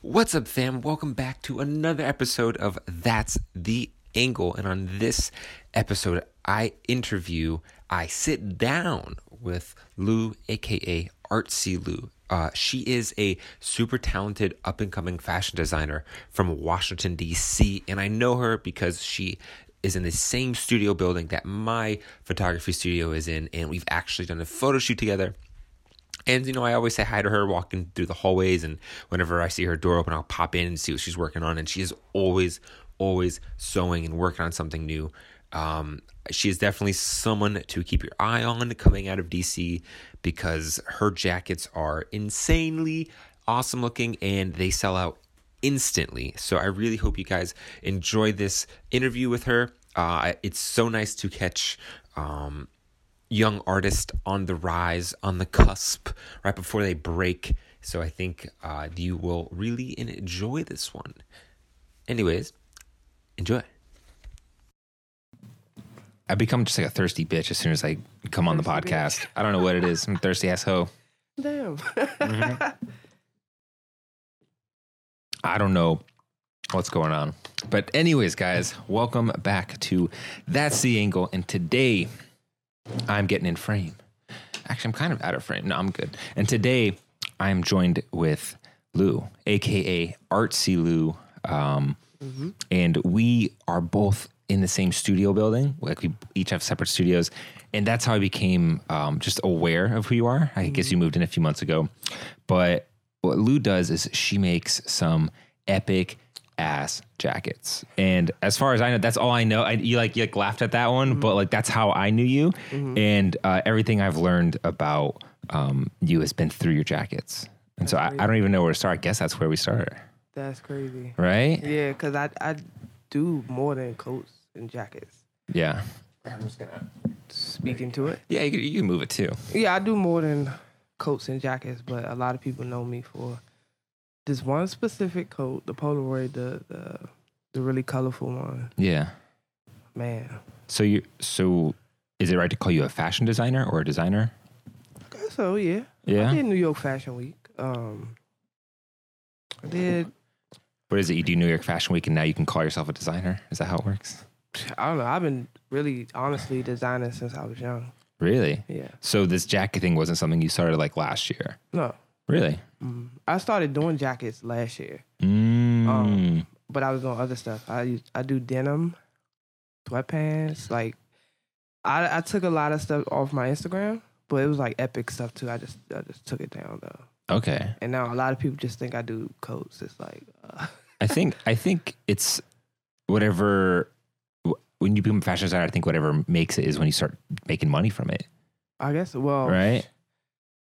What's up, fam? Welcome back to another episode of That's the Angle. And on this episode, I interview, I sit down with Lou, aka Artsy Lou. Uh, she is a super talented up and coming fashion designer from Washington, D.C. And I know her because she is in the same studio building that my photography studio is in. And we've actually done a photo shoot together. And you know, I always say hi to her walking through the hallways, and whenever I see her door open, I'll pop in and see what she's working on. And she is always, always sewing and working on something new. Um, she is definitely someone to keep your eye on coming out of DC because her jackets are insanely awesome looking and they sell out instantly. So I really hope you guys enjoy this interview with her. Uh, it's so nice to catch um, young artist on the rise, on the cusp, right before they break. So I think uh, you will really enjoy this one. Anyways, enjoy. I become just like a thirsty bitch as soon as I come on the Thirsty podcast. I don't know what it is. I'm a thirsty ass hoe. Damn. I don't know what's going on. But anyways, guys, welcome back to That's the Angle. And today I'm getting in frame. Actually, I'm kind of out of frame. No, I'm good. And today I'm joined with Lou, aka Artsy Lou. Um, and we are both in the same studio building. Like we each have separate studios, and that's how I became um, just aware of who you are. I guess you moved in a few months ago, but what Lou does is she makes some epic ass jackets. And as far as I know, that's all I know. I, you like you like laughed at that one, but like that's how I knew you, Mm-hmm. and uh, everything I've learned about um, you has been through your jackets. And so I, I don't even know where to start. I guess that's where we start, That's crazy. right? Yeah, because I, I do more than coats and jackets. Yeah. Speaking to it. Yeah, you, can- you can move it too. Yeah, I do more than coats and jackets, but a lot of people know me for this one specific coat, the Polaroid, the the, the really colorful one. Yeah. Man, So you so is it right to call you a fashion designer or a designer? so yeah, I did New York Fashion Week. Um, I did. What is it? You do New York Fashion Week and now you can call yourself a designer? Is that how it works? I don't know. I've been really, honestly, designing since I was young. Really? Yeah. So this jacket thing wasn't something you started like last year. No, Really? mm. I started doing jackets last year. Mm. Um, but I was doing other stuff. I used- I do denim, sweatpants. Like I I took a lot of stuff off my Instagram, but it was like epic stuff too. I just I just took it down though. Oh. okay. And now a lot of people just think I do coats. It's like uh, I think I think it's whatever wh- when you become a fashion designer, I think whatever makes it is when you start making money from it. I guess well Right?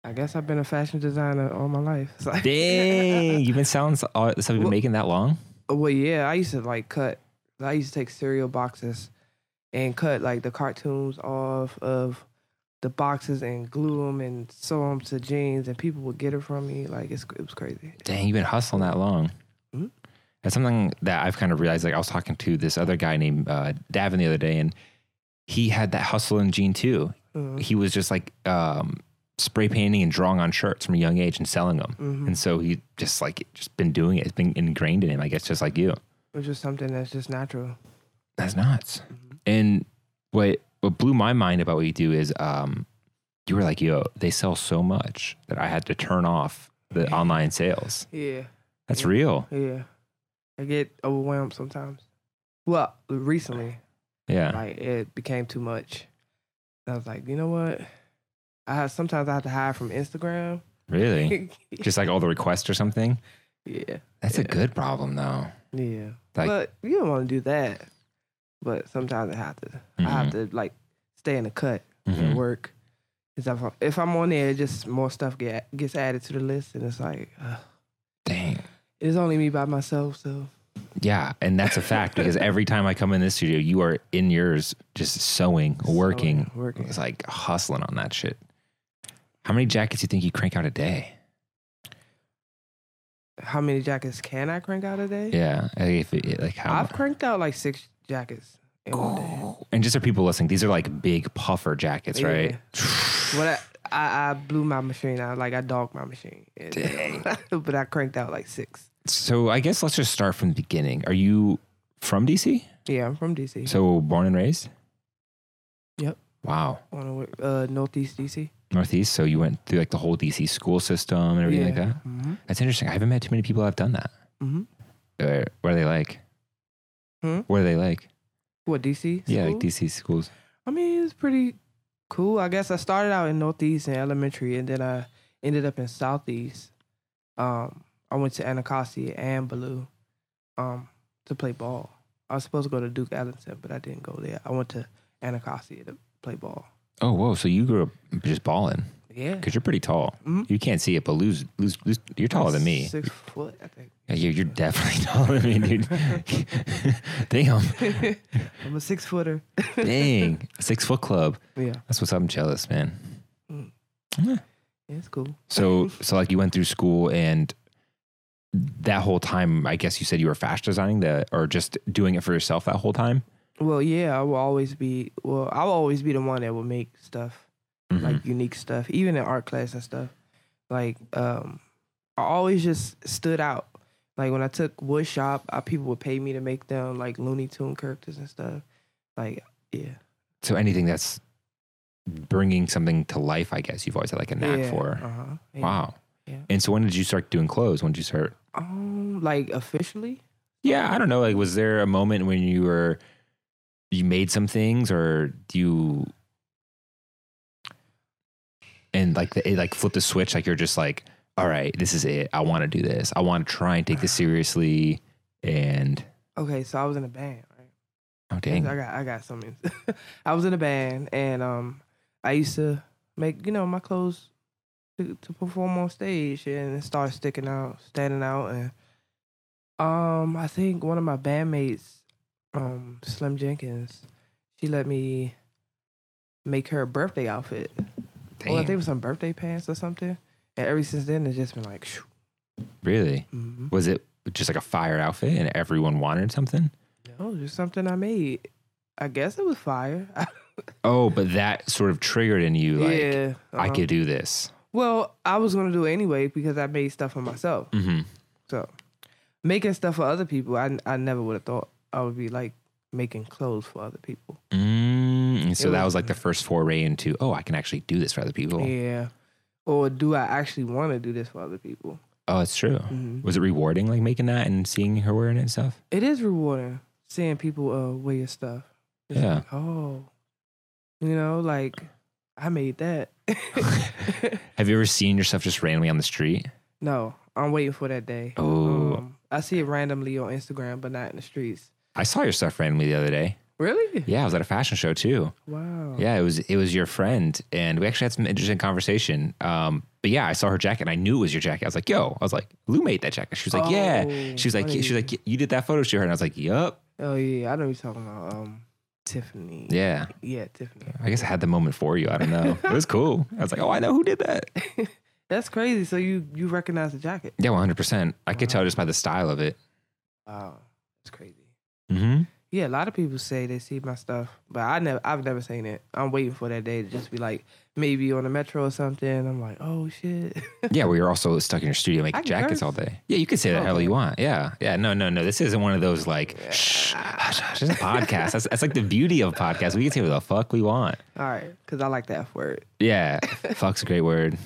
I guess I've been a fashion designer all my life. It's like, Dang, you've been selling so- all stuff you've been Well- making that long? Well, yeah, I used to like cut. I used to take cereal boxes and cut like the cartoons off of the boxes and glue them and sew them to jeans, and people would get it from me. Like it's, it was crazy. Dang, you've been hustling that long. Mhm. That's something that I've kind of realized. Like I was talking to this other guy named uh, Davin the other day, and he had that hustle in gene too. Mm-hmm. He was just like um, spray painting and drawing on shirts from a young age and selling them. Mm-hmm. And so he just like just been doing it. It's been ingrained in him, I guess, just like you. Which is something that's just natural. Mm-hmm. That's nuts. And what what blew my mind about what you do is um, you were like, yo, they sell so much that I had to turn off the online sales. Yeah, That's real. yeah. I get overwhelmed sometimes. Well, recently, Yeah. like it became too much. I was like, you know what? I have sometimes I have to hide from Instagram. Really? just like all the requests or something. yeah. That's a Yeah. good problem, though. Yeah. Like- but you don't want to do that. But sometimes I have to. Mm-hmm. I have to like stay in the cut Mhm. and work. 'Cause If I'm, if I'm on there, just more stuff get gets added to the list, and it's like ugh. Dang. it's only me by myself. So Yeah, and that's a fact because every time I come in this studio, you are in yours, just sewing, working. So, working. It's like hustling on that shit. How many jackets do you think you crank out a day? How many jackets can I crank out a day? Yeah, like, if it, like how? I've cranked out like six jackets in one day. and just for people listening, these are like big puffer jackets, right? What I, I I blew my machine. I like I dogged my machine, And- but I cranked out like six. So I guess let's just start from the beginning. Are you from DC? Yeah, I'm from DC. So born and raised? Yep. Wow. on a, uh, Northeast DC. Northeast. So you went through like the whole DC school system and everything like Yeah. that. Mhm. That's interesting. I haven't met too many people that have done that. Mhm. Uh, What are they like? Hmm? What are they like? What DC? Yeah, like school? DC schools. I mean, it's pretty cool. I guess I started out in Northeast in elementary, and then I ended up in Southeast. Um, I went to Anacostia and Baloo um, to play ball. I was supposed to go to Duke Ellington, but I didn't go there. I went to Anacostia to play ball. Oh, whoa. So you grew up just balling Yeah, because you're pretty tall. Mhm. You can't see it, but lose, lose, lose. You're taller than me. Six foot, I think. Yeah, You're, you're definitely taller than me, dude. Damn. I'm a six footer. Dang. Six foot club. Yeah, That's what's up. I'm jealous, man. Mm. Yeah. it's cool. So, so like you went through school and that whole time, I guess you said you were fast designing the, or just doing it for yourself that whole time. Well, yeah, I will always be. Well, I will always be the one that will make stuff. Mhm. like unique stuff, even in art class and stuff. Like, um, I always just stood out. Like when I took wood shop, I, people would pay me to make them like Looney Tune characters and stuff. Like, yeah, so anything that's bringing something to life, I guess you've always had like a knack yeah, for. Uh-huh, yeah. Wow. Yeah. And so when did you start doing clothes? When did you start? Um, like officially, Yeah, I don't know. Like, was there a moment when you were, you made some things or do you, and like, the, it like flipped the switch? Like, you're just like, all right, this is it. I want to do this. I want to try and take this seriously. And, okay. So I was in a band, right? oh, I dang. got I got something. I was in a band and um I used to make you know my clothes to, to perform on stage and it started sticking out, standing out and um I think one of my bandmates um Slim Jenkins she let me make her a birthday outfit. Well, I think it Dang. was some birthday pants or something. And ever since then it's just been like shoo. Really? hmm Was it just like a fire outfit and everyone wanted something? No, Oh, just something I made. I guess it was fire. Oh, but that sort of triggered in you, like, yeah. I uh-huh. could do this. Well, I was gonna do it anyway because I made stuff for myself. Mm-hmm. So making stuff for other people, I I never would have thought I would be like making clothes for other people. Mm, and so It that was- was like the first foray into, oh, I can actually do this for other people. Yeah. Or do I actually want to do this for other people? Oh, it's true. Mhm. Was it rewarding, like making that and seeing her wearing it and stuff? It is rewarding seeing people uh, wear your stuff. It's Yeah. like, oh, you know, like I made that. Have you ever seen yourself just randomly on the street? no, I'm waiting for that day. Oh, Um, I see it randomly on Instagram, but not in the streets. I saw your stuff randomly the other day. Really? Yeah, I was at a fashion show too. Wow. Yeah, it was it was your friend, and we actually had some interesting conversation. Um, but yeah, I saw her jacket, and I knew it was your jacket. I was like, "Yo," I was like, "Lou made that jacket." She was like, "Yeah." Oh, She was like, funny. "She was like, you did that photo shoot her," and I was like, "Yup." Oh yeah, I know you're talking about um Tiffany. Yeah, Yeah, Tiffany. I guess I had the moment for you. I don't know. It was cool. I was like, "Oh, I know who did that." That's crazy. So you you recognize the jacket? Yeah, one hundred percent. I could tell just by the style of it. Wow, that's crazy. Mm-hmm. Yeah, a lot of people say they see my stuff, but I never I've never seen it. I'm waiting for that day to just be like maybe on the metro or something. I'm like, oh shit. Yeah, well, you're also stuck in your studio I making can jackets curse. all day. Yeah, you could say that however you Okay. want. Yeah, yeah. No, no, no. This isn't one of those like shh, hush, hush. This is a podcast. that's, that's like the beauty of podcasts. We can say what the fuck we want. All right, because I like that F word. Yeah, fuck's a great word.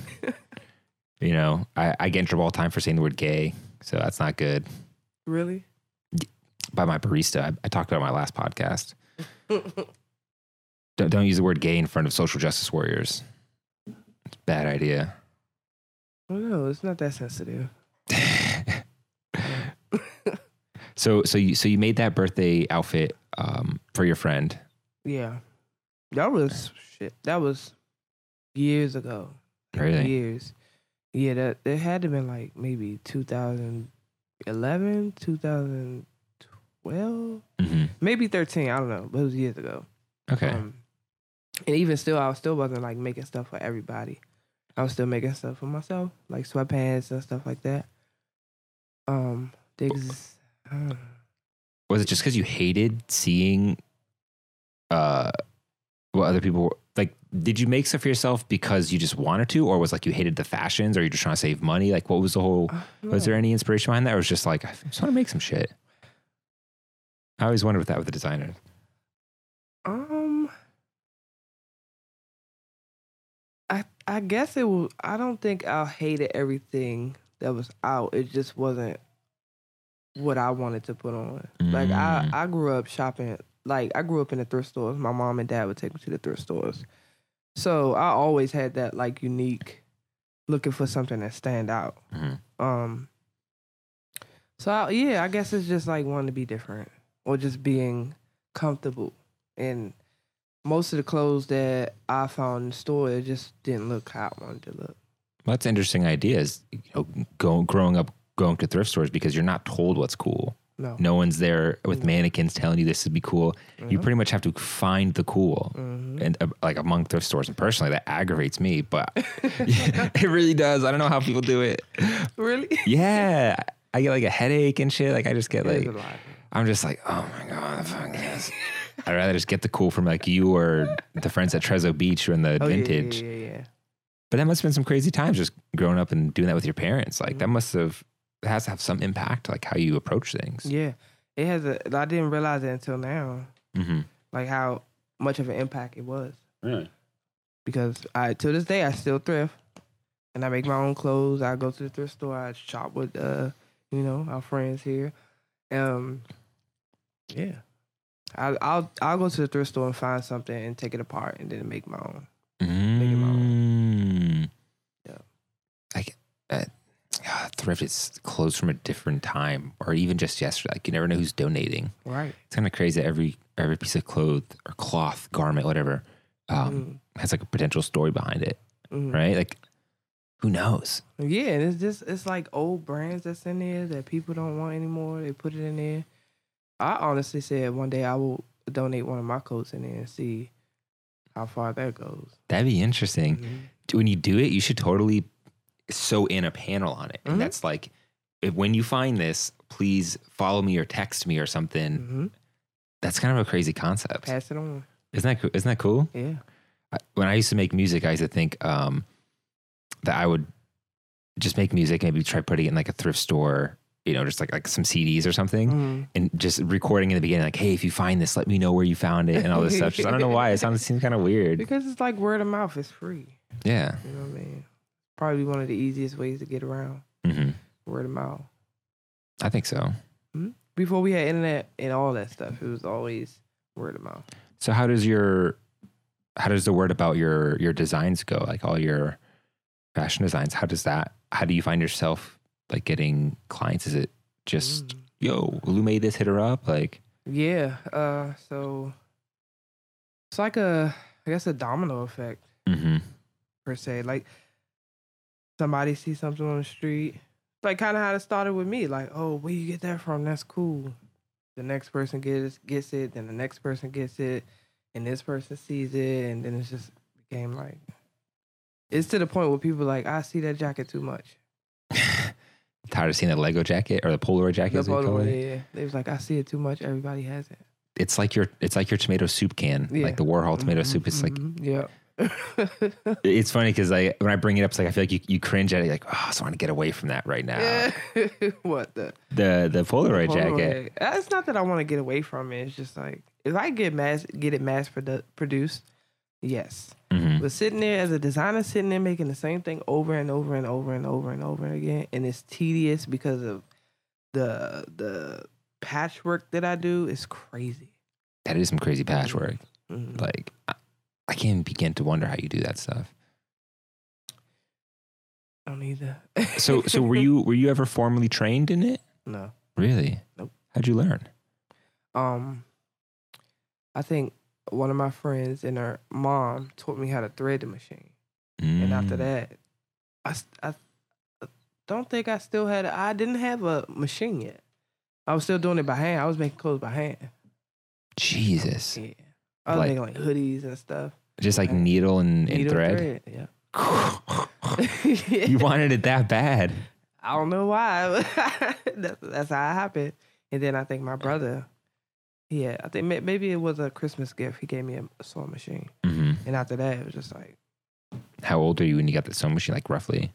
You know, I, I get in trouble all the time for saying the word gay, so that's not good. Really? By my barista, I, I talked about it on my last podcast. Don't, don't use the word gay in front of social justice warriors. It's a bad idea. Oh no, it's not that sensitive. So so you so you made that birthday outfit um, for your friend. Yeah, that was shit. That was years ago. Really? years. Yeah, that it had to been like maybe 2011, 2012, hmm maybe 13. I don't know, but it was years ago. Okay. Um, and even still, I still wasn't like making stuff for everybody. I was still making stuff for myself, like sweatpants and stuff like that. Um, the ex- I don't know. was it just because you hated seeing uh what other people like did you make stuff for yourself because you just wanted to, or was like you hated the fashions, or you're just trying to save money? Like, what was the whole? Was there any inspiration behind that, or was it just like I just want to make some shit? I always wondered with that with the designer. Um, I I guess it was. I don't think I hated everything that was out. It just wasn't what I wanted to put on. Like I Mm. I grew up shopping. Like I grew up in the thrift stores. My mom and dad would take me to the thrift stores. So I always had that like unique, looking for something that stand out. Mhm. Um. So I, yeah, I guess it's just like wanting to be different or just being comfortable. And most of the clothes that I found in the store, it just didn't look how I wanted to look. Well, that's an interesting idea. Is you know, go, growing up going to thrift stores because you're not told what's cool. No. No one's there with No. mannequins telling you this would be cool. You pretty much have to find the cool. hmm and uh, like among thrift stores. And personally, that aggravates me, but Mm-hmm. it really does. I don't know how people do it. Really? Yeah. I get like a headache and shit. Like I just get It is like, a lot. I'm just like, oh my God, fuck this. I'd rather just get the cool from like you or the friends at Trezzo Beach or in the Oh, yeah, yeah, vintage. Yeah, yeah, yeah. But that must have been some crazy times just growing up and doing that with your parents. Like that Mm-hmm. must have, it has to have some impact, like how you approach things. Yeah. It has a. I didn't realize it until now, Mm-hmm. like how much of an impact it was. Really? Because I, to this day, I still thrift, and I make my own clothes. I go to the thrift store. I shop with, uh, you know, our friends here. Um, yeah, I, I'll I'll go to the thrift store and find something and take it apart and then make my own. it my Mm. Yeah. Like uh, ah, thrift is clothes from a different time, or even just yesterday. Like you never know who's donating. Right. It's kind of crazy. that Every every piece of cloth or cloth, garment, whatever, Mm-hmm. um, Mm. has like a potential story behind it, right? Like who knows? Yeah, and it's just it's like old brands that's in there that people don't want anymore. They put it in there. I honestly said one day I will donate one of my coats in there and see how far that goes. Mm-hmm. That'd be interesting. When you do it, you should totally sew in a panel on it, and Mhm. that's like if, when you find this, please follow me or text me or something. Mm-hmm. That's kind of a crazy concept. Pass it on. Isn't that coo- isn't that cool? Yeah. I- when I used to make music, I used to think um, that I would just make music, maybe try putting it in like a thrift store, you know, just like like some CDs or something, Mhm. and just recording in the beginning, like, hey, if you find this, let me know where you found it and all this stuff. Just, I don't know why it sounds seems kind of weird. Because it's like word of mouth. It's free. Yeah. You know what I mean? Probably one of the easiest ways to get around hmm word of mouth. I think so. Before we had internet and all that stuff, it was always word of mouth. So how does your how does the word about your your designs go? Like all your fashion designs, how does that how do you find yourself like getting clients? Is it just Mm. yo, Lou made this, hit her up? Like Yeah. Uh. So it's like a, I guess, a domino effect mm-hmm. per se. Like somebody sees something on the street, like kind of how it started with me. Like, oh, where you get that from? That's cool. The next person gets gets it, then the next person gets it, and this person sees it, and then it's just became like. It's to the point where people like, I see that jacket too much. tired of seeing that Lego jacket or the Polaroid jacket. The as we call Polaroid, it. yeah. They was like, I see it too much. Everybody has it. It's like your it's like your tomato soup can, Yeah. Mm-hmm, like the Warhol tomato soup. It's like like, mm-hmm, yeah. it's funny because I when I bring it up, it's like I feel like you, you cringe at it, like oh, I just want to get away from that right now. Yeah. what the The the Polaroid, jacket. Polaroid. Uh, It's not that I want to get away from it. It's just like if I get mass get it mass produ- produced, yes. Mhm. But sitting there as a designer, sitting there making the same thing over and over and over and over and over again, and it's tedious because of the the patchwork that I do. It's crazy. That is some crazy patchwork. Mhm. Like I, I can't begin to wonder how you do that stuff. I don't either. So so were you were you ever formally trained in it? no. Really? Nope. How'd you learn? um I think one of my friends and her mom taught me how to thread the machine. And after Mm. that, I, s- I don't think I still had a, I didn't have a machine yet. I was still doing it by hand. I was making clothes by hand. Jesus, Yeah. I was Like- making like hoodies and stuff. just like Yeah. needle and, and Needle thread. Yeah. you wanted it that bad. I don't know why. that's, that's how it happened. And then I think my brother, yeah, I think may- maybe it was a Christmas gift. He gave me a, a sewing machine. Mm-hmm. And after that, it was just like How old are you when you got the sewing machine? Like roughly?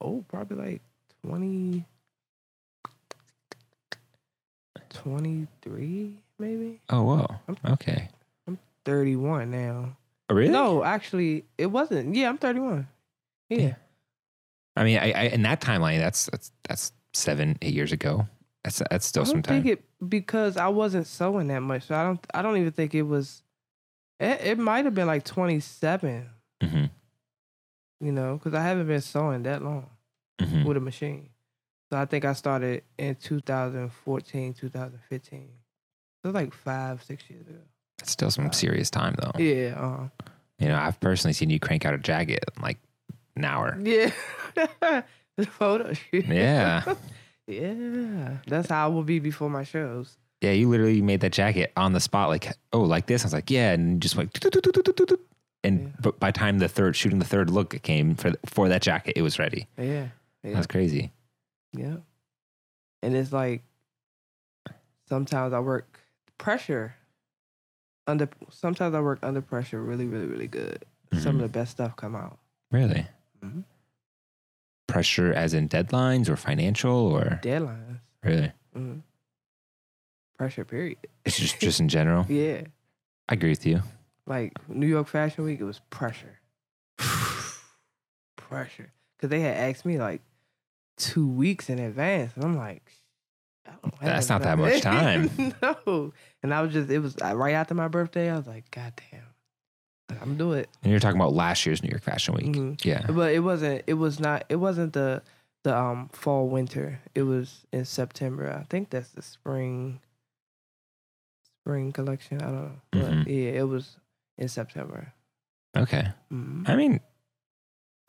oh, probably like 20, 23, maybe Oh, whoa. Okay. 31 now. Oh, really? No, actually, it wasn't. Yeah, I'm 31. Yeah. Yeah. I mean, I, I in that timeline, that's that's that's seven, eight years ago. That's that's still I some don't time. think it because I wasn't sewing that much. So I don't. I don't even think it was. It, it might have been like 27. mm-hmm. You know, because I haven't been sewing that long Mm-hmm. with a machine. So I think I started in 2014, 2015. So like five, six years ago. That's still uh, some serious time, though. Yeah. Uh, You know, I've personally seen you crank out a jacket in like an hour. Yeah. the photo shoot. Yeah. yeah. That's how I will be before my shows. Yeah, you literally made that jacket on the spot, like, oh, like this. I was like, yeah, and just like, and Yeah. but by the time the third shooting, the third look came for for that jacket, it was ready. Yeah. Yeah. That's crazy. Yeah. And it's like sometimes I work pressure under sometimes I work under pressure really, really, really good. Some Mm-hmm. of the best stuff come out. Really? Mhm. Pressure as in deadlines or financial or Deadlines. really? Mhm. Pressure period. It's just just in general. Yeah. I agree with you. Like New York Fashion Week, it was pressure. pressure. Cause they had asked me like two weeks in advance. And I'm like, "Oh, I don't have That's not that much time. no. And I was just, it was uh, right after my birthday. I was like, God damn. I'm gonna do it. And you're talking about last year's New York Fashion Week. Mhm. Yeah. But it wasn't it was not it wasn't the the um fall winter. It was in September. I think that's the spring spring collection. I don't know. But Mhm. yeah, it was in September. Okay. Mhm. I mean,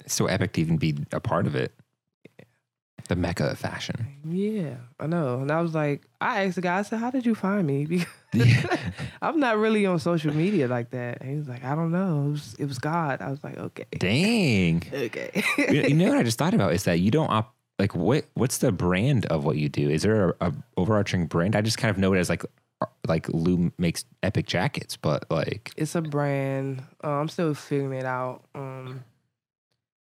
it's so epic to even be a part of it. The mecca of fashion. Yeah, I know. And I was like, I asked the guy, I said, How did you find me? Because Yeah. I'm not really on social media like that. And he was like, I don't know. It was, it was God. I was like, Okay. Dang. Okay. You you know what I just thought about is that you don't op- like what what's the brand of what you do? Is there a, a overarching brand? I just kind of know it as like uh, like Lou makes epic jackets, but like it's a brand. Uh, I'm still figuring it out. Um,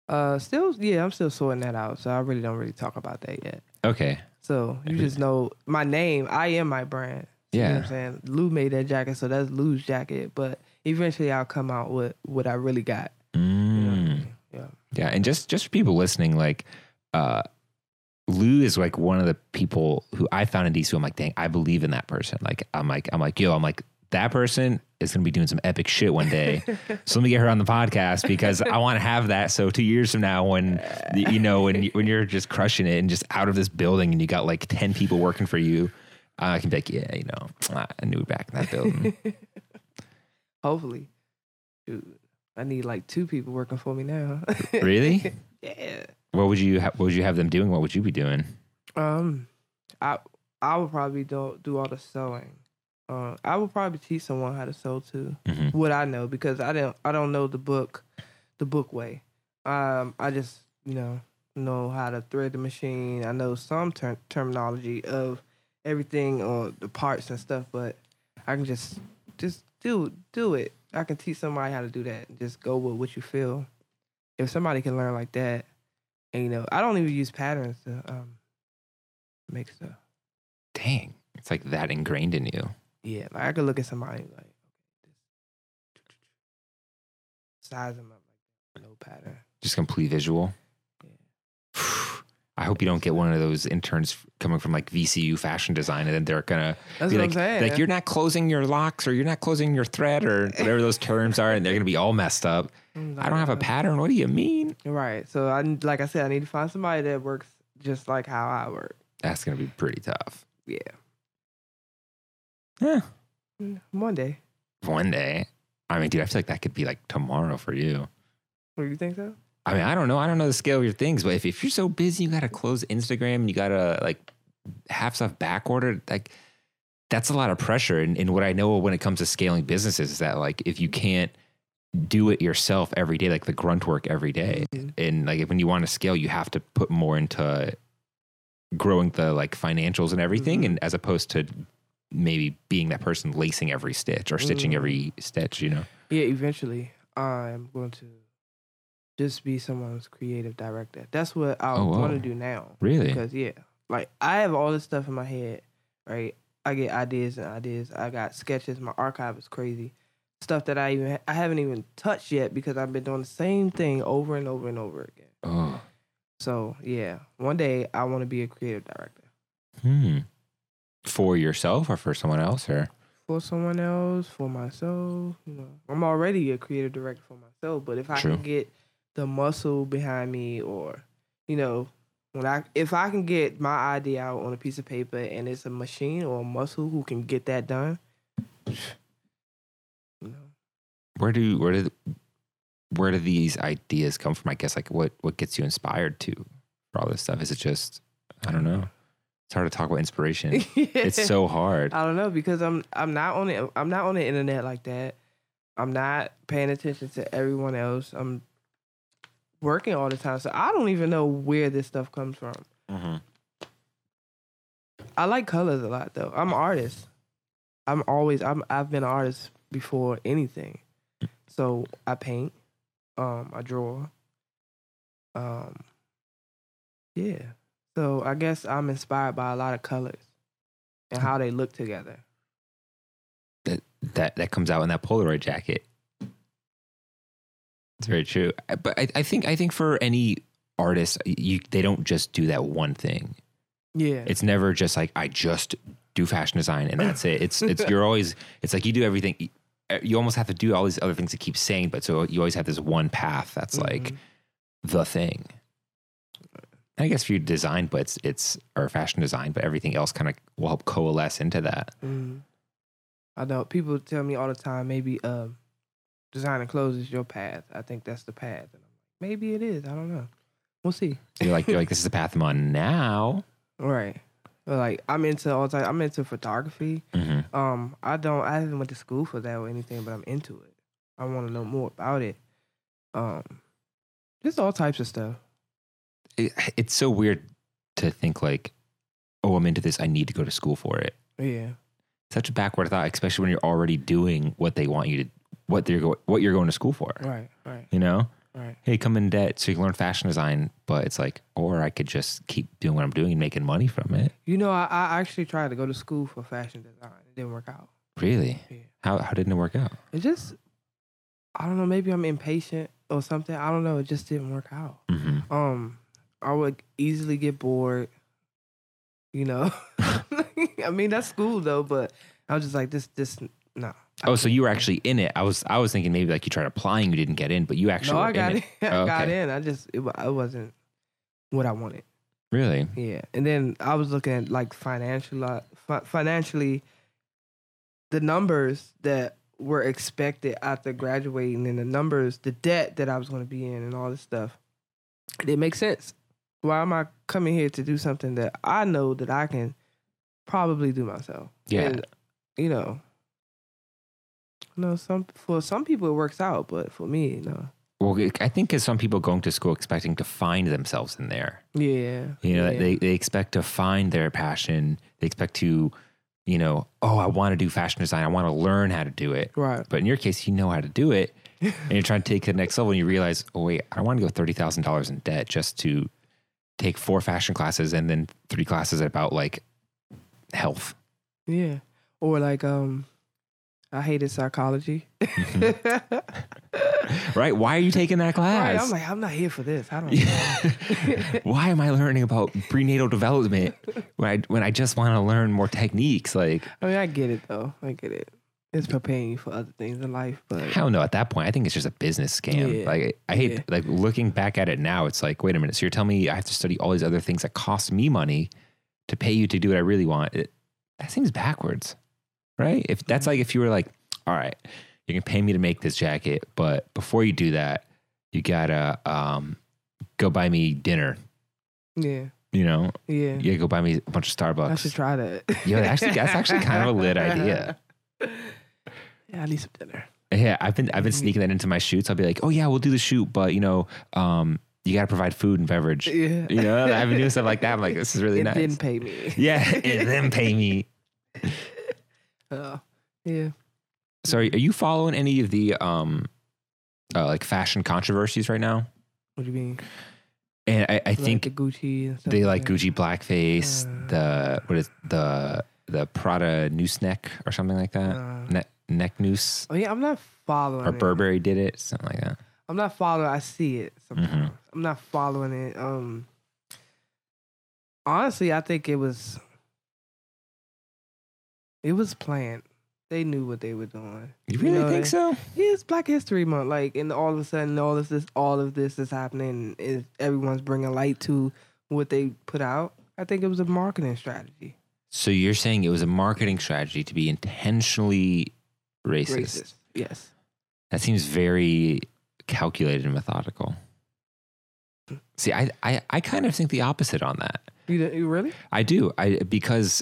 uh, still, yeah, I'm still sorting that out. So I really don't really talk about that yet. okay, So you just know my name. I am my brand. You know what yeah, I'm saying? Lou made that jacket, so that's Lou's jacket. But eventually I'll come out with what I really got. You know what I Mm. mean? Yeah. yeah, and just just for people listening, like uh, Lou is like one of the people who I found in DC. who I'm like, dang, I believe in that person. Like I'm like I'm like yo, I'm like that person is gonna be doing some epic shit one day. so let me get her on the podcast because I want to have that. So two years from now, when you know when you, when you're just crushing it and just out of this building and you got like ten people working for you, I can be like, yeah, you know, I knew back in that building. Hopefully. Dude, I need like two people working for me now. really? yeah. What would you ha- what would you have them doing? What would you be doing? Um, I I would probably do do all the sewing. Uh, I would probably teach someone how to sew too. Mhm. What I know because I don't I don't know the book, the book way. Um, I just you know know how to thread the machine. I know some ter- terminology of everything or the parts and stuff, but I can just just do do it. I can teach somebody how to do that. Just go with what you feel. If somebody can learn like that, and you know, I don't even use patterns to um make stuff. Dang, it's like that ingrained in you. Yeah, like I could look at somebody and be like size them up like no pattern. just complete visual. Yeah. I hope you don't get one of those interns f- coming from like VCU fashion design, and then they're gonna That's be what like, I'm saying. like you're not closing your locks or you're not closing your thread or whatever those terms are, and they're gonna be all messed up. I'm I don't have a like, pattern. What do you mean? uh, Right. So I n- like I said, I need to find somebody that works just like how I work. That's gonna be pretty tough. Yeah. Yeah. Mm, One day. One day, I mean, dude, I feel like that could be like tomorrow for you. What do you think so? I mean, I don't know. I don't know the scale of your things, but if, if you're so busy, you gotta close Instagram, and you gotta like have stuff back ordered, like that's a lot of pressure. And, and what I know when it comes to scaling businesses is that like if you can't do it yourself every day, like the grunt work every day, Mhm. and like when you want to scale, you have to put more into growing the like financials and everything, Mhm. and as opposed to maybe being that person lacing every stitch or stitching Mm. every stitch, you know? Yeah, eventually I'm going to just be someone's creative director. That's what I Oh, wow. want to do now. Really? Because yeah, like I have all this stuff in my head, right? I get ideas and ideas. I got sketches. My archive is crazy. Stuff that I even I haven't even touched yet because I've been doing the same thing over and over and over again. Oh. So yeah, one day I want to be a creative director Hmm. For yourself or for someone else or for someone else, for myself. You know, I'm already a creative director for myself, but if I True. can get the muscle behind me, or you know, when I if I can get my idea out on a piece of paper and it's a machine or a muscle who can get that done, you know, where do where do where do these ideas come from? I guess like what what gets you inspired to for all this stuff? Is it just I don't know. It's hard to talk about inspiration. it's so hard. I don't know because I'm I'm not on the I'm not on the internet like that. I'm not paying attention to everyone else. I'm working all the time, so I don't even know where this stuff comes from. I like colors a lot though. I'm an artist. I'm always I'm I've been an artist before anything. So I paint, um, I draw. Um Yeah. So I guess I'm inspired by a lot of colors and how they look together. That that comes out in that Polaroid jacket. It's very true. I- But I, I think I think for any artist, you they don't just do that one thing. Yeah. It's never just like I just do fashion design and that's it. It's it's you're always it's like you do everything. uh, You almost have to do all these other things to keep saying, but so you always have this one path that's like Mhm. the thing. I guess for you design, but it's it's or fashion design, but everything else kind of will help coalesce into that. Mhm. I know people tell me all the time maybe um designing clothes is your path. I think that's the path. And I'm like, maybe it is. I don't know. We'll see. You're like you're like this is the path I'm on now. Right. But, Like I'm into all type. I'm into photography. Mm-hmm. Um, I don't. I haven't went to school for that or anything, but I'm into it. I want to know more about it. Um, just all types of stuff. it, it's so weird to think like, oh, I'm into this. I need to go to school for it. Yeah. Such a backward thought, especially when you're already doing what they want you to, what they're go, what you're going to school for. Right. Right. You know, Right. hey, come in debt so you can learn fashion design, but it's like, or I could just keep doing what I'm doing and making money from it. You know, I, I actually tried to go to school for fashion design. It didn't work out. Really? Yeah. How how didn't it work out? It just, I don't know. Maybe I'm impatient or something. I don't know. It just didn't work out. Mm-hmm. Um, I would easily get bored. You know, I mean that's school though, but I was just like this, this no. I Oh, so can't. you were actually in it. I was I was thinking maybe like you tried applying, you didn't get in, but you actually no, were I got in in. it. I Oh, got okay. in. I just it, wa- it wasn't what I wanted. Really? Yeah, and then I was looking at like financial uh, fi- financially the numbers that were expected after graduating and the numbers, the debt that I was going to be in, and all this stuff. It didn't make sense. Why am I coming here to do something that I know that I can probably do myself? Yeah. And, you know, you know, some for some people it works out, but for me, no. Well, I think because some people going to school expecting to find themselves in there. Yeah. You know, yeah. they, they expect to find their passion. They expect to, you know, oh, I want to do fashion design. I want to learn how to do it. right. But in your case, you know how to do it and you're trying to take it to the next level and you realize, oh, wait, I don't want to go $30,000 in debt just to take four fashion classes and then three classes about like health. Yeah. Or like um I hated psychology. Right? Why are you taking that Right, class? I'm like, hmm. I'm not here for this. I don't Why am I learning about prenatal development when I, when I just want to learn more techniques? Like, I mean I get it though. I get it. It's preparing you for other things in life, but I don't know. At that point, I think it's just a business scam. Yeah. Like I hate Yeah. like looking back at it now. It's like, wait a minute. So you're telling me I have to study all these other things that cost me money to pay you to do what I really want? It, that seems backwards, right? If that's Mm-hmm. like if you were like, all right, you can pay me to make this jacket, but before you do that, you gotta um, go buy me dinner. yeah. You know, Yeah. you gotta go buy me a bunch of I Starbucks. should try that. Yo, actually- that's actually kind of a lit idea. Yeah, I need some dinner. Yeah, I've been I've been Mhm. sneaking that into my shoots. I'll be like, oh yeah, we'll do the shoot, but you know, um, you got to provide food and beverage. Yeah. You know, I've been doing stuff like that. I'm like, this is really it nice. didn't pay me. yeah, and then pay me. Uh, yeah. So are, are you following any of the um uh, like fashion controversies right now? What do you mean? And I, I Like think the Gucci and stuff they like that. Gucci blackface, Uh, the what is the the Prada noose neck or something like that, Uh, ne- neck noose, oh yeah, I'm not following. or it. Burberry did it, something like that. I'm not following. I see it. Sometimes. Mm-hmm. I'm not following it. Um, honestly, I think it was. It was planned. They knew what they were doing. You really know, think they- so? Yeah, it's Black History Month. Like, and all of a sudden, all of this, all of this is happening. Is everyone's bringing light to what they put out? I think it was a marketing strategy. So you're saying it was a marketing strategy to be intentionally racist? Racist. Yes. That seems very calculated and methodical. See, I, I, I kind of think the opposite on that. You, don't- you really? I do. I because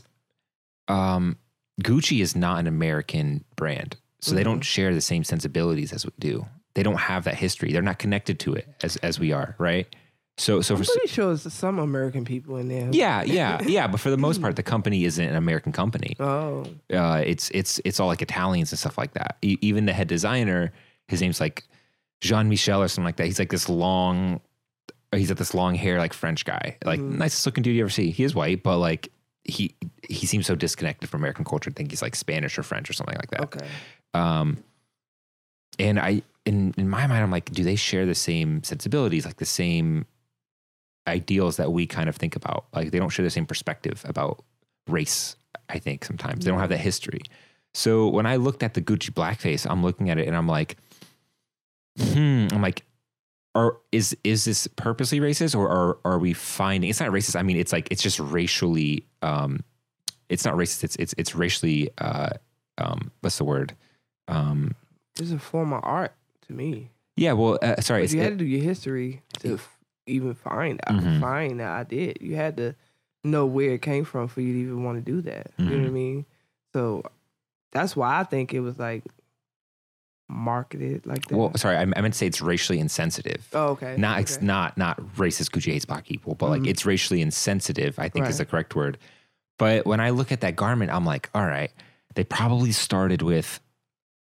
um, Gucci is not an American brand, so they don't Mhm. share the same sensibilities as we do. They don't have that history. They're not connected to it as as we are, right? So so I'm for, pretty sure it's some American people in there. yeah yeah yeah. But for the most part, the company isn't an American company. Oh. Uh, it's it's it's all like Italians and stuff like that. E- even the head designer, his name's like Jean Michel or something like that. He's like this long. He's got this long hair, like French guy, like Mhm. nicest looking dude you ever see. He is white, but like he he seems so disconnected from American culture. I think he's like Spanish or French or something like that. Okay. Um, and I in in my mind, I'm like, do they share the same sensibilities, like the same ideals that we kind of think about? Like they don't share the same perspective about race. I think sometimes they don't have that history. So when I looked at the Gucci blackface, I'm looking at it and I'm like, hmm. I'm like, are is is this purposely racist or are are we finding it's not racist? I mean, it's like it's just racially. Um, it's not racist. It's it's it's racially. Uh, um, what's the word? Um, It's a form of art to me. yeah. Well, uh, sorry. But It's, you had it- to do your history to f- even find out, Mhm. find that I did. You had to know where it came from for you to even want to do that. You Mm-hmm. know what I mean? So that's why I think it was like marketed like that. well, sorry. I, I meant to say it's racially insensitive. oh, okay. not okay. it's not not racist Gucci hates black people, but like Mhm. it's racially insensitive, I think is Right. the correct word. But when I look at that garment, I'm like, all right, they probably started with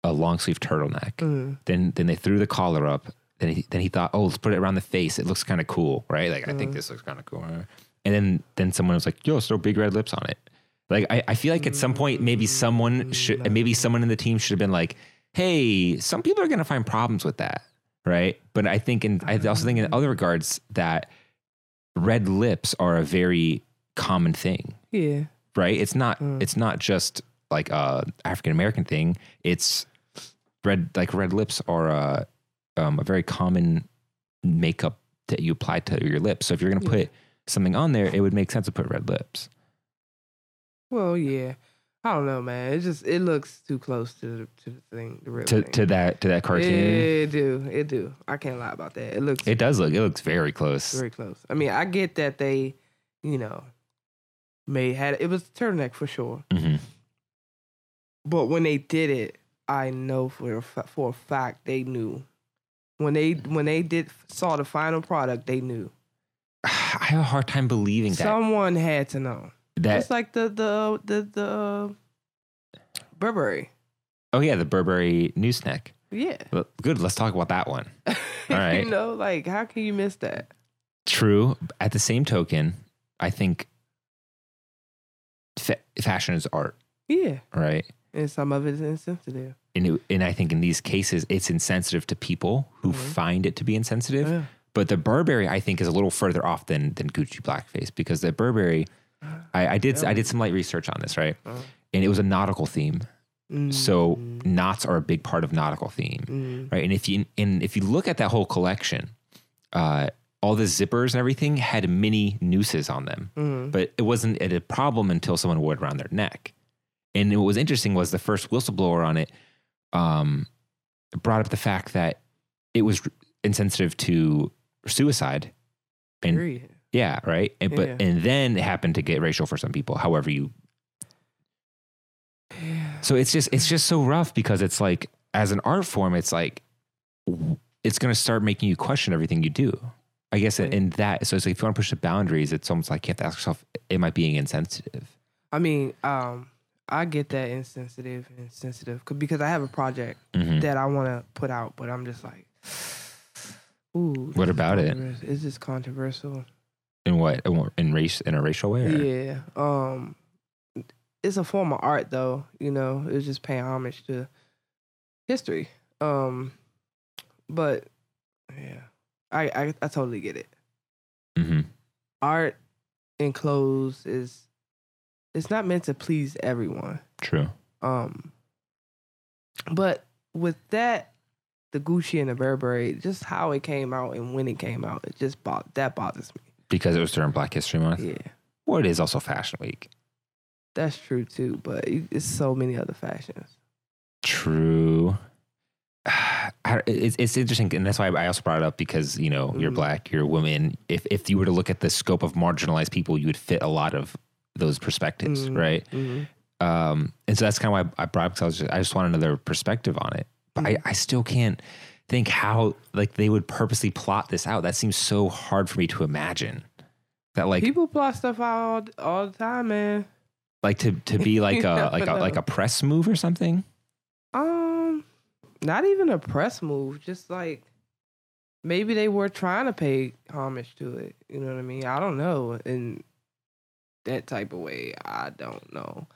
a long sleeve turtleneck. Mhm. Then then they threw the collar up. Then he, then he thought, oh, let's put it around the face. It looks kind of cool, right? Like I think Mhm. this looks kind of cool. And then then someone was like, yo, let's throw big red lips on it. Like I, I feel like at some point maybe someone should maybe someone in the team should have been like, hey, some people are gonna find problems with that right? But I think, in I also think in other regards that red lips are a very common thing, Yeah. right? It's not, Mm. it's not just like a African American thing. It's red, like red lips are a, um, a very common makeup that you apply to your lips. So if you're gonna Yeah. put something on there, it would make sense to put red lips. Well, yeah. I don't know, man. It just it looks too close to the to the thing, the real To, thing. to that to that cartoon, Yeah, it do. It do. I can't lie about that. It looks it does look it looks very close. Very close. I mean, I get that they, you know, may had it was turtleneck for sure. Mhm. But when they did it, I know for a fa- for a fact they knew. When they Mm. when they did saw the final product, they knew I have a hard time believing that someone had to know. that It's like the the the the uh, Burberry. oh yeah the Burberry noose neck. Yeah. Well, Good. Let's talk about that one. right. you know, like how can you miss that? True. At the same token, I think fa- fashion is art, Yeah. right? And some of it is insensitive. And it, and I think in these cases, it's insensitive to people who Mhm. find it to be insensitive. Yeah. But the Burberry, I think, is a little further off than than Gucci blackface because the Burberry, I, I did I did some light research on this, right? Uh, And it was a nautical theme, so mm, knots are a big part of nautical theme. mm, right? And if you and if you look at that whole collection, uh, all the zippers and everything had mini nooses on them, mm. but it wasn't a problem until someone wore it around their neck. And what was interesting was the first whistleblower on it um, brought up the fact that it was insensitive to suicide. And Period. yeah, right. And, but Yeah. and then it happened to get racial for some people. However, you Yeah. So it's just it's just so rough because it's like as an art form, it's like w- it's gonna start making you question everything you do. I guess in- in that, so it's like if you want to push the boundaries, it's almost like you have to ask yourself, am I being insensitive? I mean, um, I get that insensitive and sensitive 'cause- because I have a project Mhm. that I want to put out, but I'm just like, ooh. this What is about it? controvers- Is this controversial? In what? In race? In a racial way? or- Yeah. Um it's a form of art though, you know, it was just paying homage to history. Um but yeah. I I, I totally get it. Mhm. Art in clothes is it's not meant to please everyone. True. Um but with that the Gucci and the Burberry, just how it came out and when it came out, it just bo- that bothers Because it was during Black History Month. me. Yeah. Well, it is also Fashion Week. That's true too, but it's so many other fashions. True. I- It's, it's interesting, and that's why I also brought it up because you know you're Mhm. black, you're a woman. If if you were to look at the scope of marginalized people, you would fit a lot of those perspectives, Mhm. right? hmm um, and so that's kind of why I brought because I was just, I just want another perspective on it. But Mhm. I, I still can't think how like they would purposely plot this out. That seems so hard for me to imagine. That like People plot stuff out all, all the time, man. like to to be like You a never like a know. like a press move or something. Um, not even a press move, just like maybe they were trying to pay homage to it. You know what I mean? I don't know in that type of way. I don't know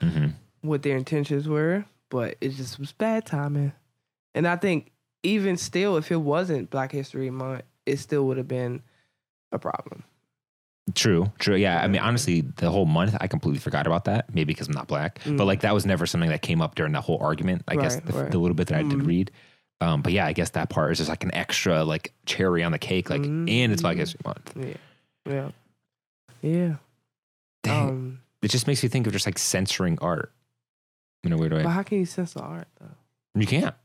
what their intentions were, but it just was bad timing. And I think even still, if it wasn't Black History Month, it still would have been a problem. True, true. Yeah, I mean, honestly, the whole month I completely forgot about that. Maybe because I'm not black, but Mm. like that was never something that came up during the whole argument. I guess Right, the, right. the little bit that I did Mhm. read. Um, but yeah, I guess that part is just like an extra like cherry on the cake. Like, and it's Black Mhm. History Month. Yeah, yeah, yeah. Dang, Um, it just makes me think of just like censoring art in a weird way. but how can you censor art though? You can't.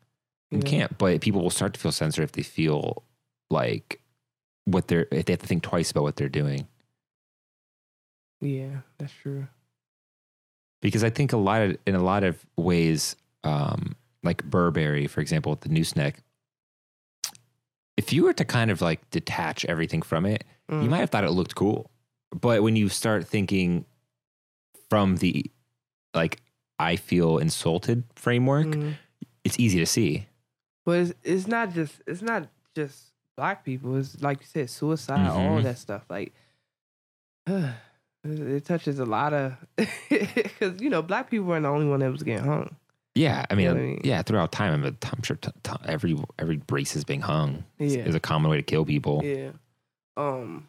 You Yeah. can't. But people will start to feel censored if they feel like what they're if they have to think twice about what they're doing. Yeah, that's true. Because I think a lot of in a lot of ways, um, like Burberry, for example, with the noose neck. If you were to kind of like detach everything from it, you Mm. might have thought it looked cool but when you start thinking from the like i feel insulted framework Mhm. it's easy to see But it's, it's not just it's not just black people. It's like you said, suicide, all Mhm. that stuff. Like, it, it touches a lot of because you know black people weren't the only one that was getting hung. yeah i mean Right. yeah throughout time i'm, a, I'm sure t- t- every every race is being hung is- Yeah. is a common way to kill people yeah, Yeah. Um.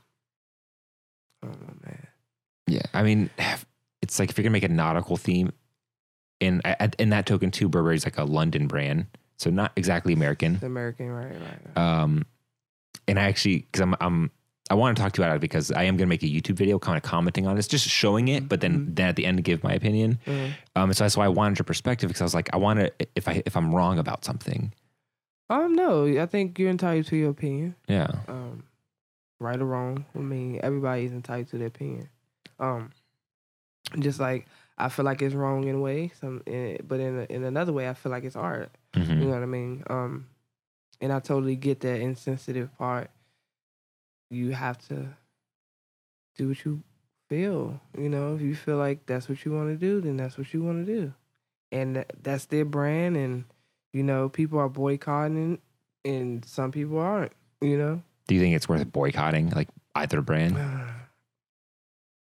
Oh man. i mean it's like if you're gonna make a nautical theme and at- in that token too burberry's like a london brand so not exactly american It's American, right? uh, Right. right. um, and I actually because I'm I'm I want to talk to you about it because I am going to make a YouTube video kind of commenting on this, just showing it, but then Mhm. then at the end give my opinion. Mhm. Um, so that's why I wanted your perspective because I was like, I want to if I if I'm wrong about something, Um. No, I think you're entitled to your opinion. yeah, um, right or wrong. I mean, everybody's entitled to their opinion. Um, just like I feel like it's wrong in a way, some, in, but in in another way, I feel like it's art. Mm. You Mm-hmm. know what I mean? Um, and I totally get that insensitive part. You have to do what you feel. You know, if you feel like that's what you want to do, then that's what you want to do, and tha- that's their brand. And you know, people are boycotting, and some people aren't. You know. do you think it's worth boycotting like either brand?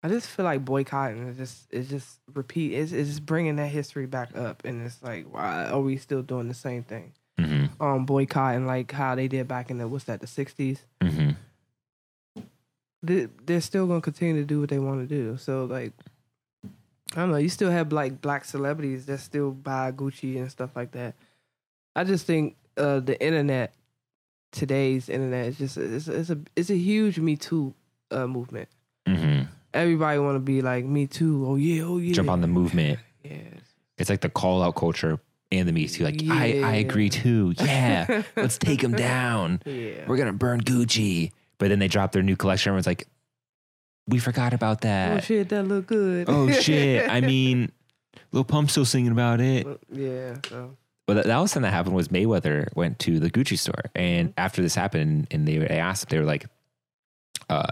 I just feel like boycotting is just it's just repeat it's it's just bringing that history back up and it's like why are we still doing the same thing? Mm-hmm. Um, boycotting like how they did back in the what's that the sixties. Mm-hmm. They, they're still gonna continue to do what they want to do. So like, I don't know. You still have like black celebrities that still buy Gucci and stuff like that. I just think uh the internet today's internet is just it's it's a it's a huge Me Too uh movement. Mm-hmm. everybody want to be like me too. Oh yeah, oh yeah. Jump on the movement. Yes. It's like the call out culture and the Me Too. Like I I Yeah. agree too. Yeah, let's take them down. Yeah. We're gonna burn Gucci. But then they drop their new collection. Everyone's like, we forgot about that. oh shit, that look good. oh shit. I mean, Lil Pump's still singing about it. Well, yeah. So Well, that, that was something that happened was Mayweather went to the Gucci store, Mm-hmm. and after this happened, and they, they asked, they were like, uh,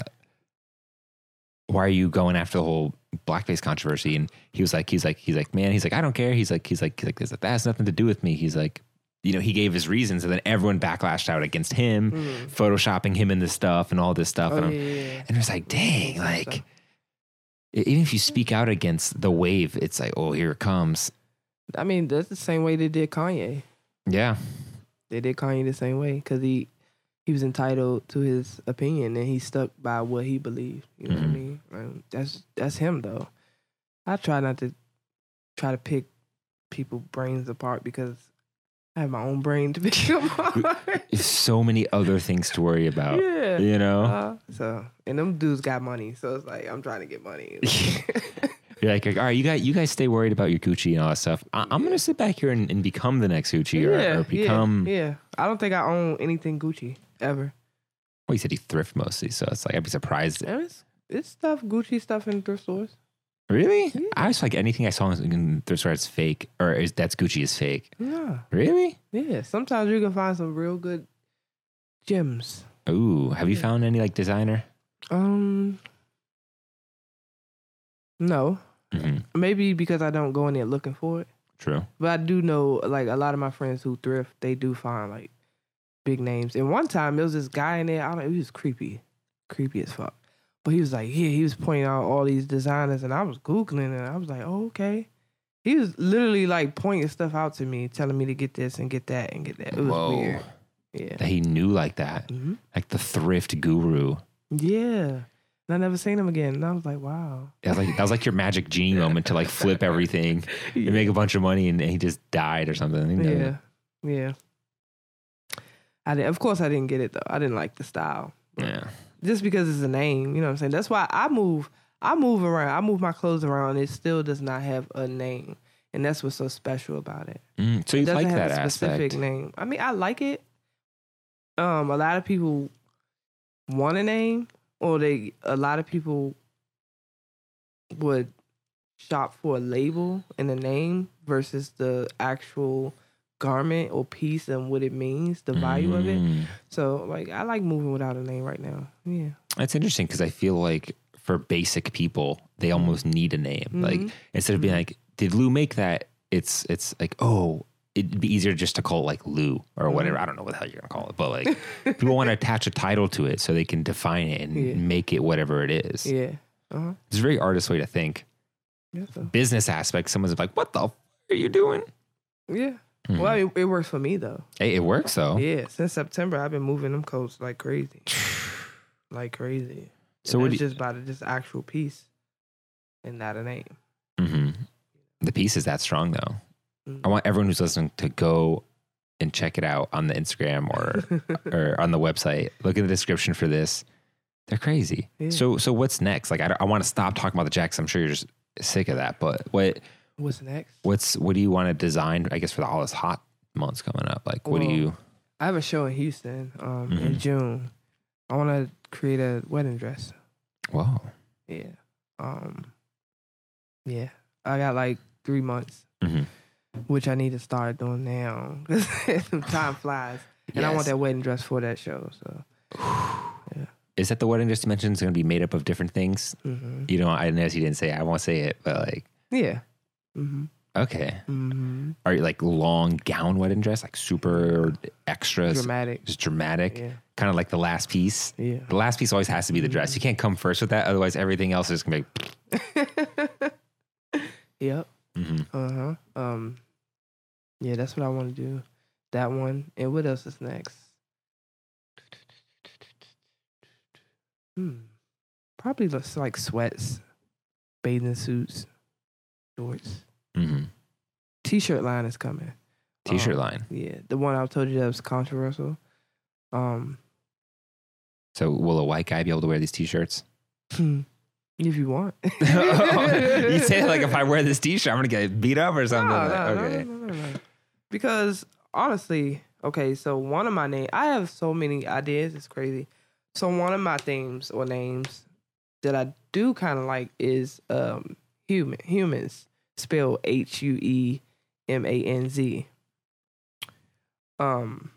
why are you going after the whole blackface controversy? And he was like, he's like, he's like, man, he's like, I don't care. He's like, he's like, he's like, this, that has nothing to do with me. He's like, you know, he gave his reasons, and then everyone backlashed out against him, Mm. photoshopping him in this stuff and all this stuff. Oh, and, yeah, I'm- yeah, yeah. and it's like, dang, so- like, e- even if you speak out against the wave, it's like, oh, here it comes. I mean, that's the same way they did Kanye. Yeah. They did Kanye the same way because he he was entitled to his opinion and he stuck by what he believed. You know what Mhm. I mean? Um, that's that's him though. I try not to try to pick people brains apart because I have my own brain to pick apart. There's so many other things to worry about, oh, yeah. you know? Uh, so and them dudes got money, so it's like I'm trying to get money. You're like, like, all right, you guys, you guys stay worried about your Gucci and all that stuff. I, I'm gonna sit back here and, and become the next Gucci or, or become. yeah, I don't think I own anything Gucci ever. Well, he said he thrift mostly, so it's like I'd be surprised. It's, it's stuff Gucci stuff in thrift stores. Really? Yeah. I was like, anything I saw in- in thrift store is fake, or is that's Gucci is fake. Yeah, Really? yeah. Sometimes you can find some real good gems. Ooh, have you Yeah. found any like designer? Um, no, hmm maybe because I don't go in there looking for it. True. But I do know, like, a lot of my friends who thrift, they do find like big names. And one time, there was this guy in there. I don't. He was creepy, creepy as fuck. But he was like, yeah, he was pointing out all these designers, and I was googling, and I was like, oh, okay. He was literally like pointing stuff out to me, telling me to get this and get that and get that. It was Whoa. weird. Yeah. That he knew like that, hmm like the thrift guru. Yeah. And I never seen him again. And I was like, wow. That was like that was like your magic genie moment to like flip everything and make a bunch of money, and, and he just died or something. You know? Yeah. Yeah. I did, of course I didn't get it though. I didn't like the style. Yeah. Just because it's a name, you know what I'm saying? That's why I move I move around. I move my clothes around. It still does not have a name. And that's what's so special about it. Mm, so you it doesn't like have that a specific aspect? name. I mean, I like it. Um, a lot of people want a name, or they a lot of people would shop for a label and a name versus the actual garment or piece and what it means, the value of it. Mm. So, like, I like moving without a name right now. Yeah, That's interesting because I feel like for basic people, they almost need a name. Like Mhm. instead of being like, "Did Lou make that?" It's it's like, "Oh, it'd be easier just to call it like Lou or Mm-hmm. whatever." I don't know what the hell you're gonna call it, but like people want to attach a title to it so they can define it and Yeah. make it whatever it is. yeah. Uh-huh. It's a very artist way to think. Yeah, so- Business aspect, someone's like, "What the f- are you doing?" yeah. Mhm. Well, it, it works for me though. Hey, it works though. Yeah, since September, I've been moving them coats like crazy, like crazy. So So what it's do you, just about just actual piece, and not a name. Mhm. the piece is that strong though. I Mm. want everyone who's listening to go and check it out on the Instagram or or on the website. Look in the description for this. They're crazy. Yeah. So so what's next? Like I, don't- I want to stop talking about the jacks. I'm sure you're just sick of that. But what What's next? what's what do you want to design? I guess for the, all this hot months coming up. Like what do Well, you? I have a show in Houston um, Mhm. in June. I want to create a wedding dress. Whoa. Yeah. Um. Yeah, I got like three months, Mhm. which I need to start doing now. Time flies, and I Yes. want that wedding dress for that show. So. Yeah. Is that the wedding just mentioned is going to be made up of different things? hmm You know, I know you didn't say. it. I won't say it, but like Yeah. hmm okay, hmm are you like long gown wedding dress, like super extra, Dramatic. just dramatic, Yeah. kind of like the last piece. Yeah. The last piece always has to be the dress. You Mm-hmm. can't come first with that, otherwise everything else is gonna be. yep. Mm-hmm. Uh huh. Um. Yeah, that's what I want to do. That one. And what else is next? Hmm. Probably looks like sweats, bathing suits, shorts. Mm-hmm. T-shirt line is coming. T-shirt Um, line. Yeah, the one I told you that was controversial. Um, So will a white guy be able to wear these T-shirts? if you want. you say like if I wear this T-shirt, I'm gonna get beat up or something. No, Like, no, no, okay. no, no, no, no. Because honestly, okay, so one of my name, I have so many ideas. It's crazy. So one of my themes or names that I do kind of like is um human humans spelled H U E M A N Z. Um,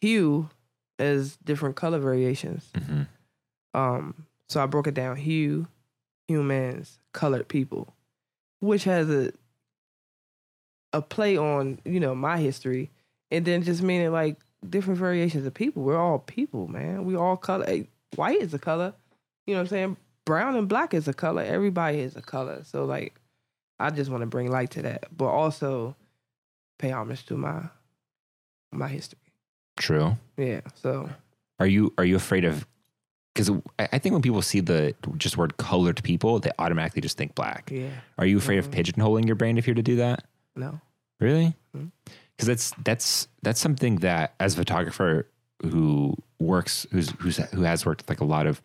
hue is different color variations. Mhm. Um, So I broke it down: hue, humans, colored people, which has a a play on you know my history, and then just meaning like different variations of people. We're all people, man. We all color. eh, White is a color. You know what I'm saying? Brown and black is a color. Everybody is a color. So like, I just want to bring light to that, but also pay homage to my my history. True. Yeah. So Are you are you afraid of? Because I I think when people see the just word colored people, they automatically just think black. yeah. Are you afraid of Mhm. pigeonholing your brain if you're to do that? No. Really? Mhm. Because that's that's that's something that as a photographer who works who's who's who has worked with like a lot of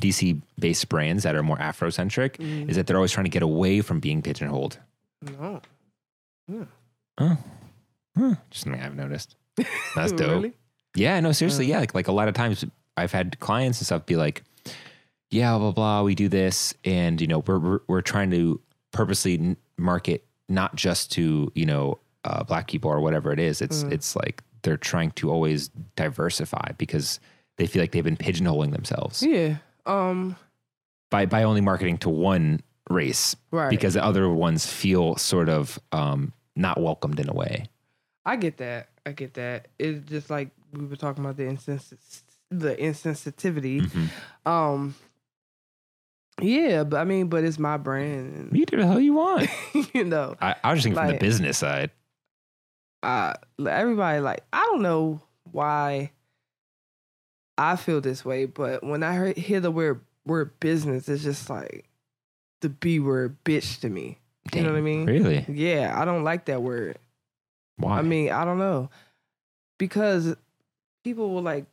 DC based brands that are more Afrocentric Mm-hmm. is that they're always trying to get away from being pigeonholed. No. Oh, Huh. just something I've noticed. That's dope. Really? Yeah, no, seriously, Uh. yeah. Like, like a lot of times I've had clients and stuff be like, yeah, blah, blah, we do this. And, you know, we're, we're, we're trying to purposely n- market not just to, you know, uh, black people or whatever it is. It's, Mm. it's like they're trying to always diversify because they feel like they've been pigeonholing themselves Yeah. Um. by, by only marketing to one race Right. because the other ones feel sort of um, not welcomed in a way. I get that. I get that. It's just like we were talking about the insens- the insensitivity. Um. Yeah, but I mean, but it's my brand, You do the hell you want. and, you know. I, I was just thinking from the Like- business side. uh everybody like I don't know why I feel this way, but when I hear, hear the word word business, it's just like the B word bitch to me. You know what I Dang, mean? Really? Yeah, I don't like that word. Why? I mean, I don't know. Because people were like,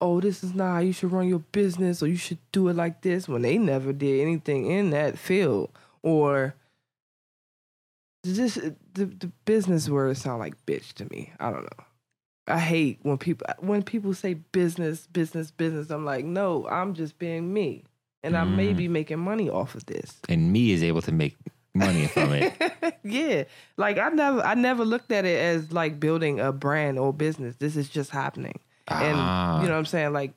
oh, this is not how you should run your business or you should do it like this when they never did anything in that field. Or just the, the business words sound like bitch to me. I don't know. I hate when people when people say business, business, business. I'm like, no, I'm just being me. And I may Mm. be making money off of this and me is able to make money from it. yeah, like I never, I never looked at it as like building a brand or business. This is just happening, and Ah. you know what I'm saying. Like,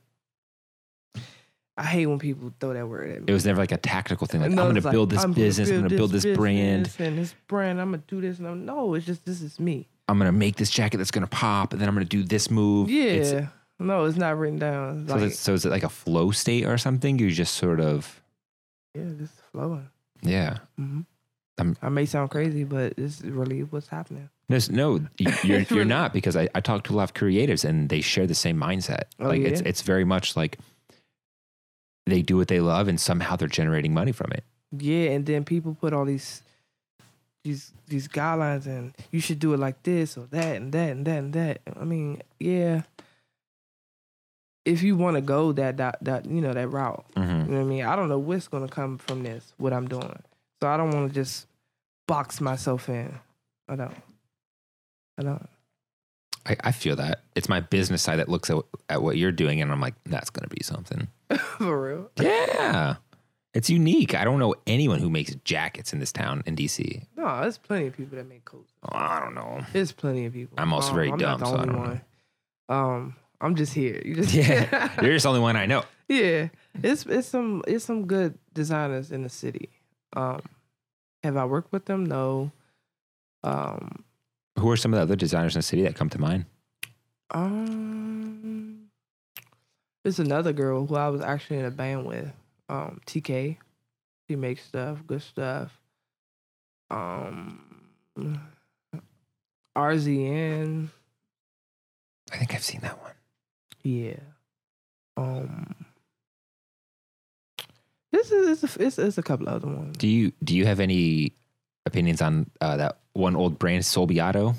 I hate when people throw that word at me. it was never like a tactical thing. Like No, I'm going it's to build this I'm gonna business. I'm going to build this brand. business and this brand. I'm gonna do this, and I'm no. It's just this is me. I'm going to make this jacket that's going to pop, and then I'm going to do this move. Yeah, It's, so, no, it's not written down. It's like, it's- so is it like a flow state or something? You just sort of yeah, just flowing. yeah. hmm I'm- I may sound crazy, but it's really what's happening. No, s- no, y- you're you're Really? not because I, I talk to a lot of creatives and they share the same mindset. Oh, like yeah? it's it's very much like they do what they love and somehow they're generating money from it. Yeah, and then people put all these these these guidelines and you should do it like this or that and that and that and that. I mean, yeah. If you want to go that, that that you know that route, you know what I mean. I don't know what's gonna come from this, what I'm doing. So I don't want to just box myself in. I don't. I don't. I, I feel that it's my business side that looks at, at what you're doing and I'm like that's going to be something. For real. Yeah. It's unique. I don't know anyone who makes jackets in this town in DC. No, there's plenty of people that make coats. Oh, I don't know. There's plenty of people. Um, I'm also very dumb, so I don't know. Know. Um, I'm just here. You just Yeah. You're just the only one I know. Yeah, it's it's some it's some good designers in the city. Um, have I worked with them? No. Um, Who are some of the other designers in the city that come to mind? um, there's another girl who I was actually in a band with. Um, TK, she makes stuff, good stuff. Um, RZN, I think I've seen that one. yeah. Um, this is it's a, it's, it's a couple other ones. Do you do you have any opinions on uh, that one old brand Solbiato?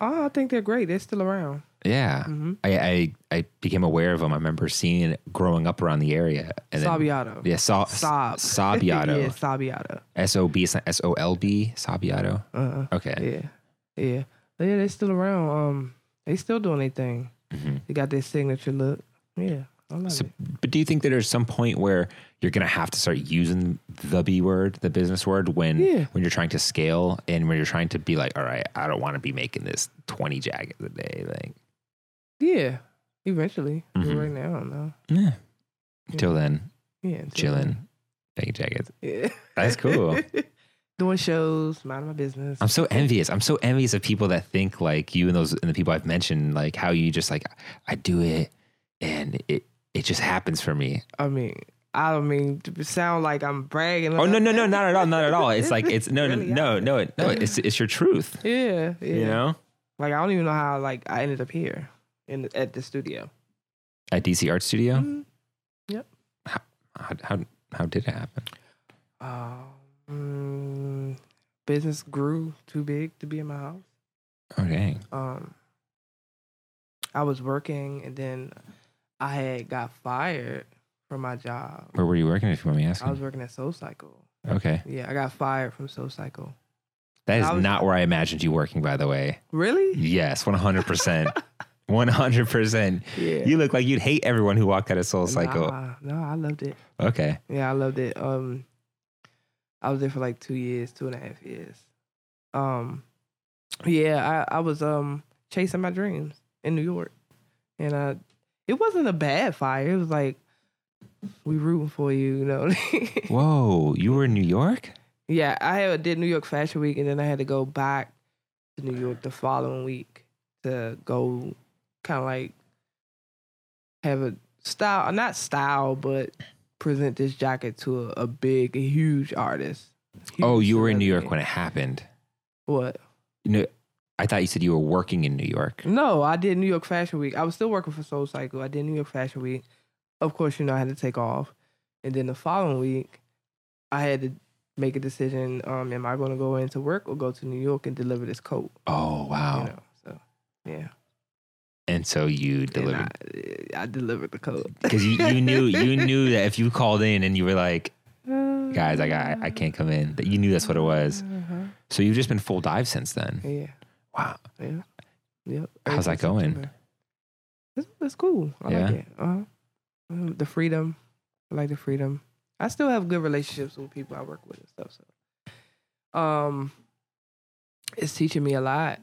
Oh, I think they're great. They're still around. Yeah. Mm-hmm. I, I I became aware of them. I remember seeing it growing up around the area. And then, Sabiato. Yeah, so, Sob. yeah, Sabiato. Sabiato. S O B S O L B Sabiato. Uh-uh. Okay. Yeah. Yeah. But yeah, they're still around. Um, they still doing their thing. Mhm. They got their signature look. Yeah. I love So- it. But do you think that there's some point where you're gonna have to start using the B word, the business word, when Yeah. when you're trying to scale and when you're trying to be like, all right, I don't want to be making this 20 jackets a day. Like, Yeah. Eventually. But Mhm. Right now, I don't know. yeah, Till then, Yeah, until- chilling, bag jackets. Yeah. That's cool. Doing shows, minding my business. I'm so envious. I'm so envious of people that think like you and those and the people I've mentioned, like how you just like I do it and it it just happens for me. I mean, I don't mean to sound like I'm bragging. Oh no about no no that. not at all not at all. It's like it's no no Really no out no it- no it's it's your truth. there. Yeah, yeah. You know Like I don't even know how like I ended up here in at the studio. at DC Art Studio. Mhm. How, how how did it happen? Um, business grew too big to be in my house. Oh dang. um I was working and then I had got fired from my job. Where were you working if you want me I was asking? working at Soul Cycle. Okay. Yeah, I got fired from Soul Cycle. That is I was- not where I imagined you working by the way. Really? Yes, 100%. 100%. Yeah. You look like you'd hate everyone who walked out of Soul Cycle. Nah, no, I loved it. Okay. Yeah, I loved it. Um I was there for like two years, two and a half years. Um yeah, I, I was um chasing my dreams in New York. And uh it wasn't a bad fire. It was like we rooting for you, you know. Whoa, you were in New York? Yeah, I had, did New York Fashion Week, and then I had to go back to New York the following week to go kind of like have a style, not style, but present this jacket to a, a big, a huge artist. Oh, Huge you were in New York celebrity. when it happened. What? No, I thought you said you were working in New York. No, I did New York Fashion Week. I was still working for Soul Cycle. I did New York Fashion Week. Of course, you know, I had to take off. And then the following week, I had to make a decision um, am I going to go into work or go to New York and deliver this coat? Oh wow! You know, so yeah, And so you And delivered I, I delivered the code because you, you knew you knew that if you called in and you were like, guys, I got I can't come in. That you knew that's what it was. Uh-huh. So you've just been full dive since then. Yeah, Wow. yeah, yep. How's that April, going? September. It's, it's cool. I Yeah? like it. Uh-huh. Um, The freedom, I like the freedom. I still have good relationships with people I work with and stuff. So, um, it's teaching me a lot.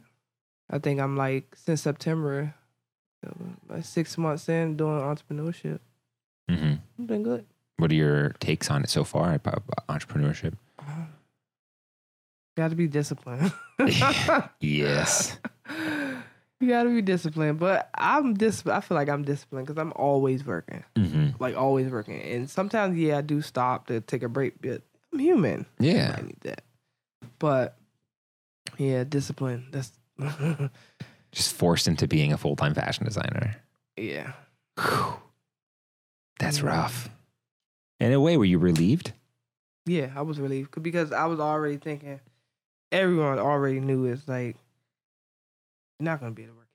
I think I'm like since September, uh, like six months in doing entrepreneurship. hmm I've been good. What are your takes on it so far about about entrepreneurship? Got to be disciplined. Yes. you got to be disciplined, but I'm dis. I feel like I'm disciplined because I'm always working, hmm like always working. And sometimes, yeah, I do stop to take a break, but I'm human. Yeah. I need that. But yeah, discipline. That's Just forced into being a full time fashion designer. yeah. Whew. That's rough. Mm. In a way, were you relieved? Yeah, I was relieved c- because I was already thinking everyone already knew it's like you're not gonna be able to work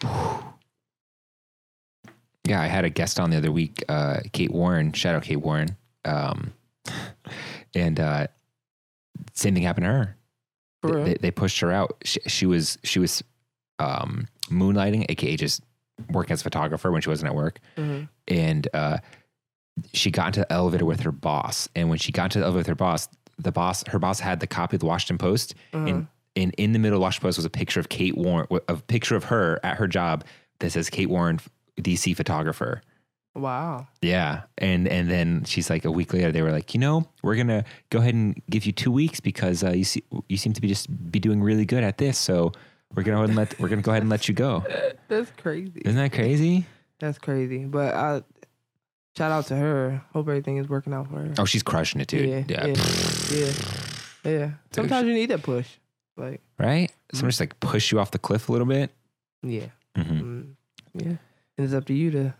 that long. Yeah, I had a guest on the other week, uh, Kate Warren, shout out Kate Warren. Um, and uh, same thing happened to her. For real. They, they pushed her out. She, she was she was um, moonlighting, aka just working as a photographer when she wasn't at work. Mhm. And uh, she got into the elevator with her boss. And when she got into the elevator with her boss, the boss her boss had the copy of the Washington Post Uh-huh. and and in the middle of Washington Post was a picture of Kate Warren, a picture of her at her job that says Kate Warren, DC photographer. Wow. Yeah, and and then she's like a week later they were like, you know, we're gonna go ahead and give you two weeks because uh, you see you seem to be just be doing really good at this, so we're gonna go ahead and let we're gonna go ahead and let you go. That's crazy. Isn't that crazy? That's crazy. But I shout out to her. Hope everything is working out for her. Oh, she's crushing it, dude. Yeah, yeah. yeah. Yeah. Yeah. Sometimes you need that push. Like, right. Mm-hmm. Someone just like push you off the cliff a little bit. yeah. Mm-hmm. Mm. Yeah. And it's up to you to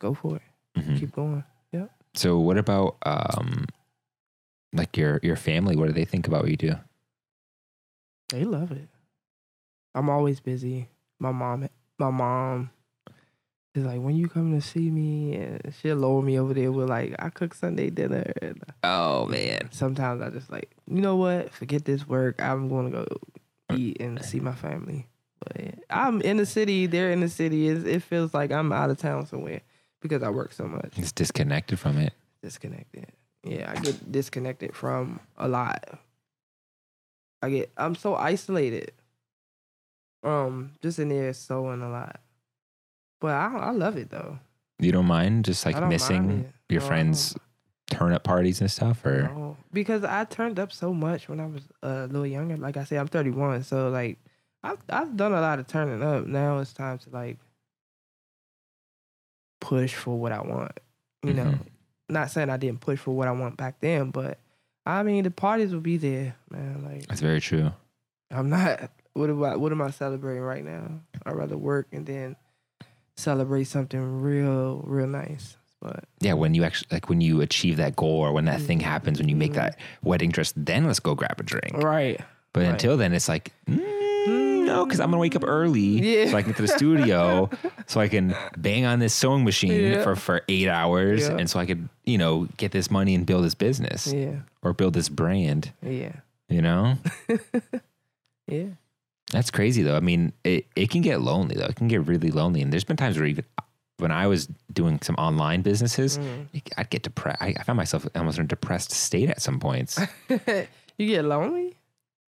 go for it. Mm. Keep going. So what about um, like your your family? What do they think about what you do? They love it. I'm always busy. My mom my mom is like, when you coming to see me? And she'll lower me over there with like, I cook Sunday dinner. And Oh man, sometimes I just like, you know what? Forget this work. I'm gonna go eat and see my family. But yeah, I'm in the city. They're in the city. It's, it feels like I'm out of town somewhere because I work so much. it's disconnected from it. Disconnected. Yeah, I get disconnected from a lot. I get. I'm so isolated. Um, just in there sewing a lot. But I, I love it though. You don't mind just like I don't mind missing it. your No, I don't. friends' turn up parties and stuff, or No, because I turned up so much when I was a little younger. Like I said, I'm 31, so like I've I've done a lot of turning up. Now it's time to like push for what I want. You know, Mhm. not saying I didn't push for what I want back then, but I mean the parties will be there, man. Like that's very true. I'm not. What about what am I celebrating right now? I'd rather work and then celebrate something real, real nice. But Yeah, when you actually like when you achieve that goal or when that thing Mhm. happens, when you make Mhm. that wedding dress, then let's go grab a drink. right, But Right. until then, it's like, mm, no, because I'm gonna wake up early Yeah. so I can get to the studio, so I can bang on this sewing machine Yeah. for for eight hours, Yeah. and so I could you know get this money and build this business yeah, or build this brand. yeah, You know, yeah. that's crazy though. I mean, it it can get lonely though. It can get really lonely, and there's been times where even when I was doing some online businesses. Mm. I'd get depressed. I, I found myself almost in a depressed state at some points. you get lonely?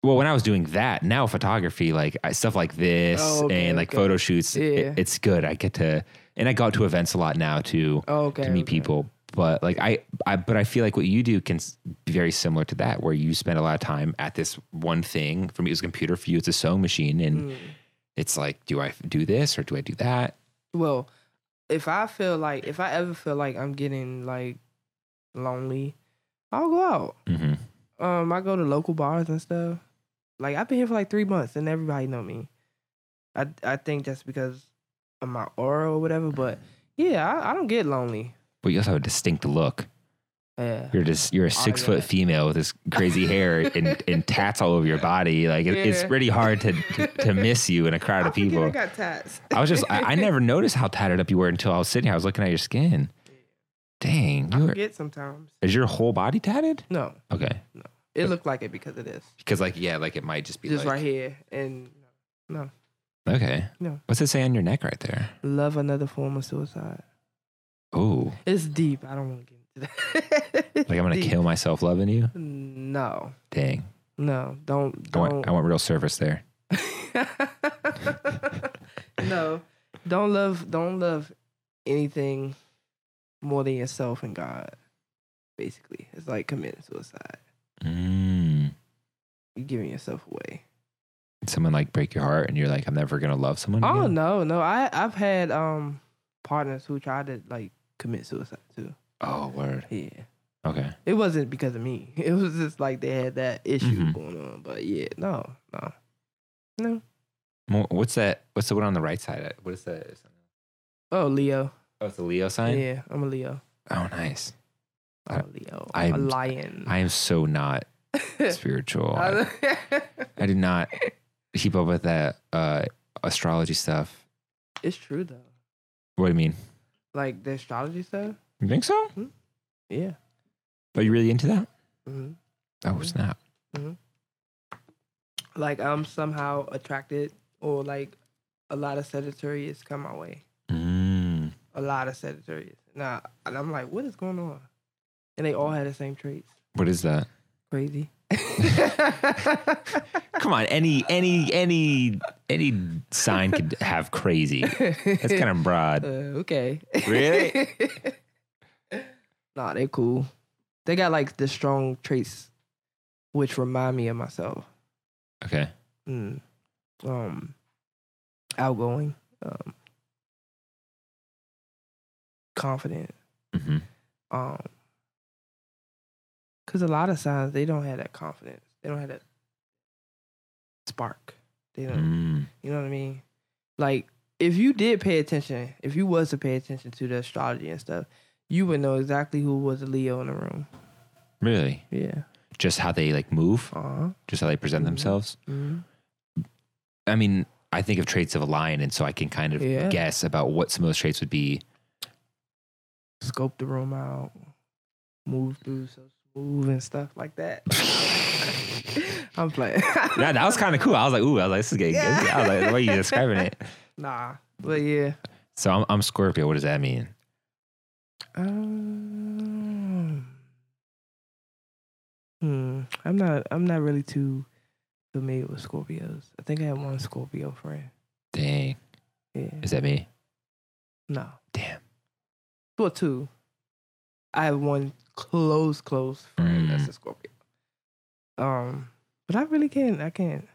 well when i was doing that now photography like I- stuff like this Oh, okay, and like okay. photo shoots i- Yeah. it's good i get to and i go out to events a lot now to Oh, okay. to meet okay. people but like I, I but i feel like what you do can s- be very similar to that where you spend a lot of time at this one thing for me it's a computer for you it's a sewing machine and Mm. it's like do i do this or do i do that Well, if I feel like if I ever feel like I'm getting like lonely, I'll go out. mm-hmm. Um, I go to local bars and stuff. Like I've been here for like three months and everybody know me. I I think that's because of my aura or whatever. But yeah, I, I don't get lonely. but you also have a distinct look Yeah. you're just you're a six foot yeah. female with this crazy hair and, and tats all over your body like it, it's Yeah. pretty hard to, to to miss you in a crowd I of forget people I got tats. I was just, I, I never noticed how tatted up you were until I was sitting here. I was looking at your skin. Dang, I you were, forget sometimes. is your whole body tatted? No, Okay. it looked like it because of this. Because, like, yeah, like it might just be Just like, right here and okay. No. What's it say on your neck right there? love another form of suicide. Oh, It's deep. I don't want to get into that. like I'm going to kill myself loving you? No, Dang. no, don't, I don't. want, I want real service there. no, don't love, don't love anything more than yourself and God. Basically, it's like committing suicide. Mm. You're giving yourself away. Someone like break your heart and you're like, I'm never going to love someone. Oh again? no, no. I I've had um partners who tried to like commit suicide too. Oh, word. Yeah. Okay. It wasn't because of me. It was just like they had that issue Mhm. going on. But yeah, no, no. Mo- What's that? What's the one on the right side? What is that? Oh, Leo. Oh, it's the Leo sign? Yeah, I'm a Leo. Oh, nice. I'm a Leo. I'm, a I'm- lion. I am so not spiritual. I- I I- did not keep up with that uh, astrology stuff. it's true though. What do you mean? Like the astrology stuff. You think so? Yeah. Are you really into that? hmm Oh snap! Like I'm somehow attracted, or like a lot of Sagittarius come my way. Mm. A lot of Sagittarius. Now, and I'm like, what is going on? And they all had the same traits. What is that? Crazy. Come on, any any any any sign could have crazy. That's kind of broad. Uh, okay. Really? nah, they're cool. They got like the strong traits, which remind me of myself. Okay. Mm. Um, outgoing, um, confident. hmm Um, cause a lot of signs they don't have that confidence. They don't have that spark. They don't. Mm. You know what I mean? Like, if you did pay attention, if you was to pay attention to the astrology and stuff, you would know exactly who was a Leo in the room. Really? Yeah. Just how they like move? Uh huh. Just how they present Mhm. themselves? Mm-hmm. I mean, I think of traits of a lion, and so I can kind of Yeah. guess about what some of those traits would be. Scope the room out, move through so smooth and stuff like that. I'm playing. Yeah, that was kind of cool. I was like, ooh, I was like, this is getting good. I was like, the way you describing it. Nah, but yeah. So I'm, I'm Scorpio. What does that mean? Um, hmm. I'm not. I'm not really too familiar with Scorpios. I think I have one Scorpio friend. Dang, Yeah. is that me? No. Damn. Well, two. I have one close, close Mm. friend that's a Scorpio. Um, but I really can't. I can't.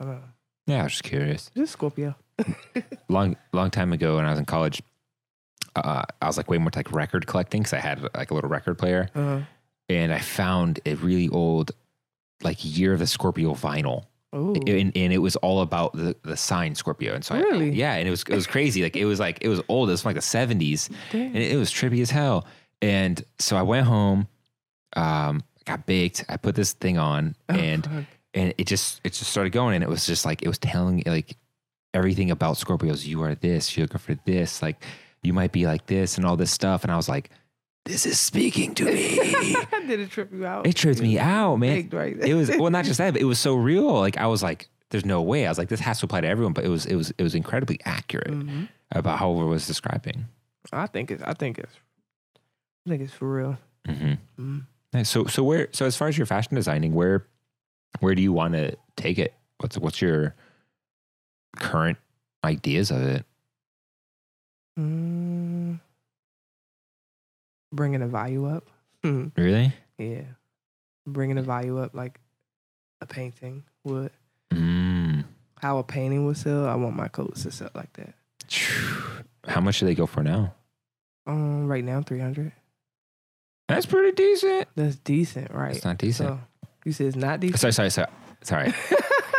I don't know. Yeah, I was just curious. Just Scorpio. Long, long time ago when I was in college, uh, I was like way more into, like record collecting because I had like a little record player, Uh, and I found a really old, like year of the Scorpio vinyl. oh, and, and it was all about the, the sign Scorpio. And so I- Really? yeah, and it was it was crazy. Like it was like it was old. It was from like the seventies, damn. and it was trippy as hell. And so I went home, um, got baked. I put this thing on, Oh, and fuck. and it just it just started going, and it was just like it was telling like everything about Scorpios. You are this. You're looking for this. Like you might be like this, and all this stuff. And I was like, this is speaking to me. did it trip you out? it tripped me out, man Faked right it was well not just that but it was so real like i was like there's no way i was like this has to apply to everyone but it was it was it was incredibly accurate Mhm. about how it was describing I think it's. I think it's. I think it's for real. mm-hmm. Mhm. so so where so as far as your fashion designing where where do you want to take it what's what's your current ideas of it Mm. Bringing the value up. Hmm. really Yeah. Bringing the value up like a painting would. mm. How a painting would sell, I want my coats to sell like that. how much do they go for now Um, right now, 300. that's pretty decent That's decent, right? it's not decent So, you said it's not decent? sorry sorry sorry sorry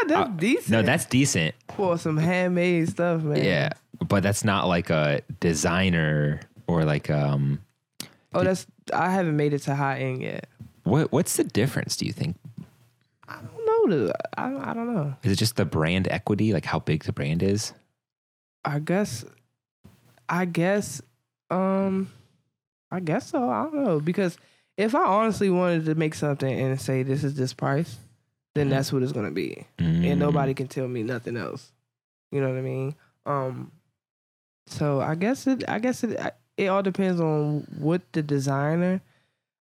that's decent. Uh, no that's decent for some handmade stuff, man. Yeah, but that's not like a designer or like um Oh, that's, I haven't made it to high end yet. what what's the difference do you think? I don't know. dude. I, I don't know. Is it just the brand equity, like how big the brand is? I guess, I guess, um, I guess so. I don't know because if I honestly wanted to make something and say this is this price, Mm-hmm. then that's what it's gonna be, Mm. and nobody can tell me nothing else. You know what I mean? Um, so I guess it. I guess it. It all depends on what the designer.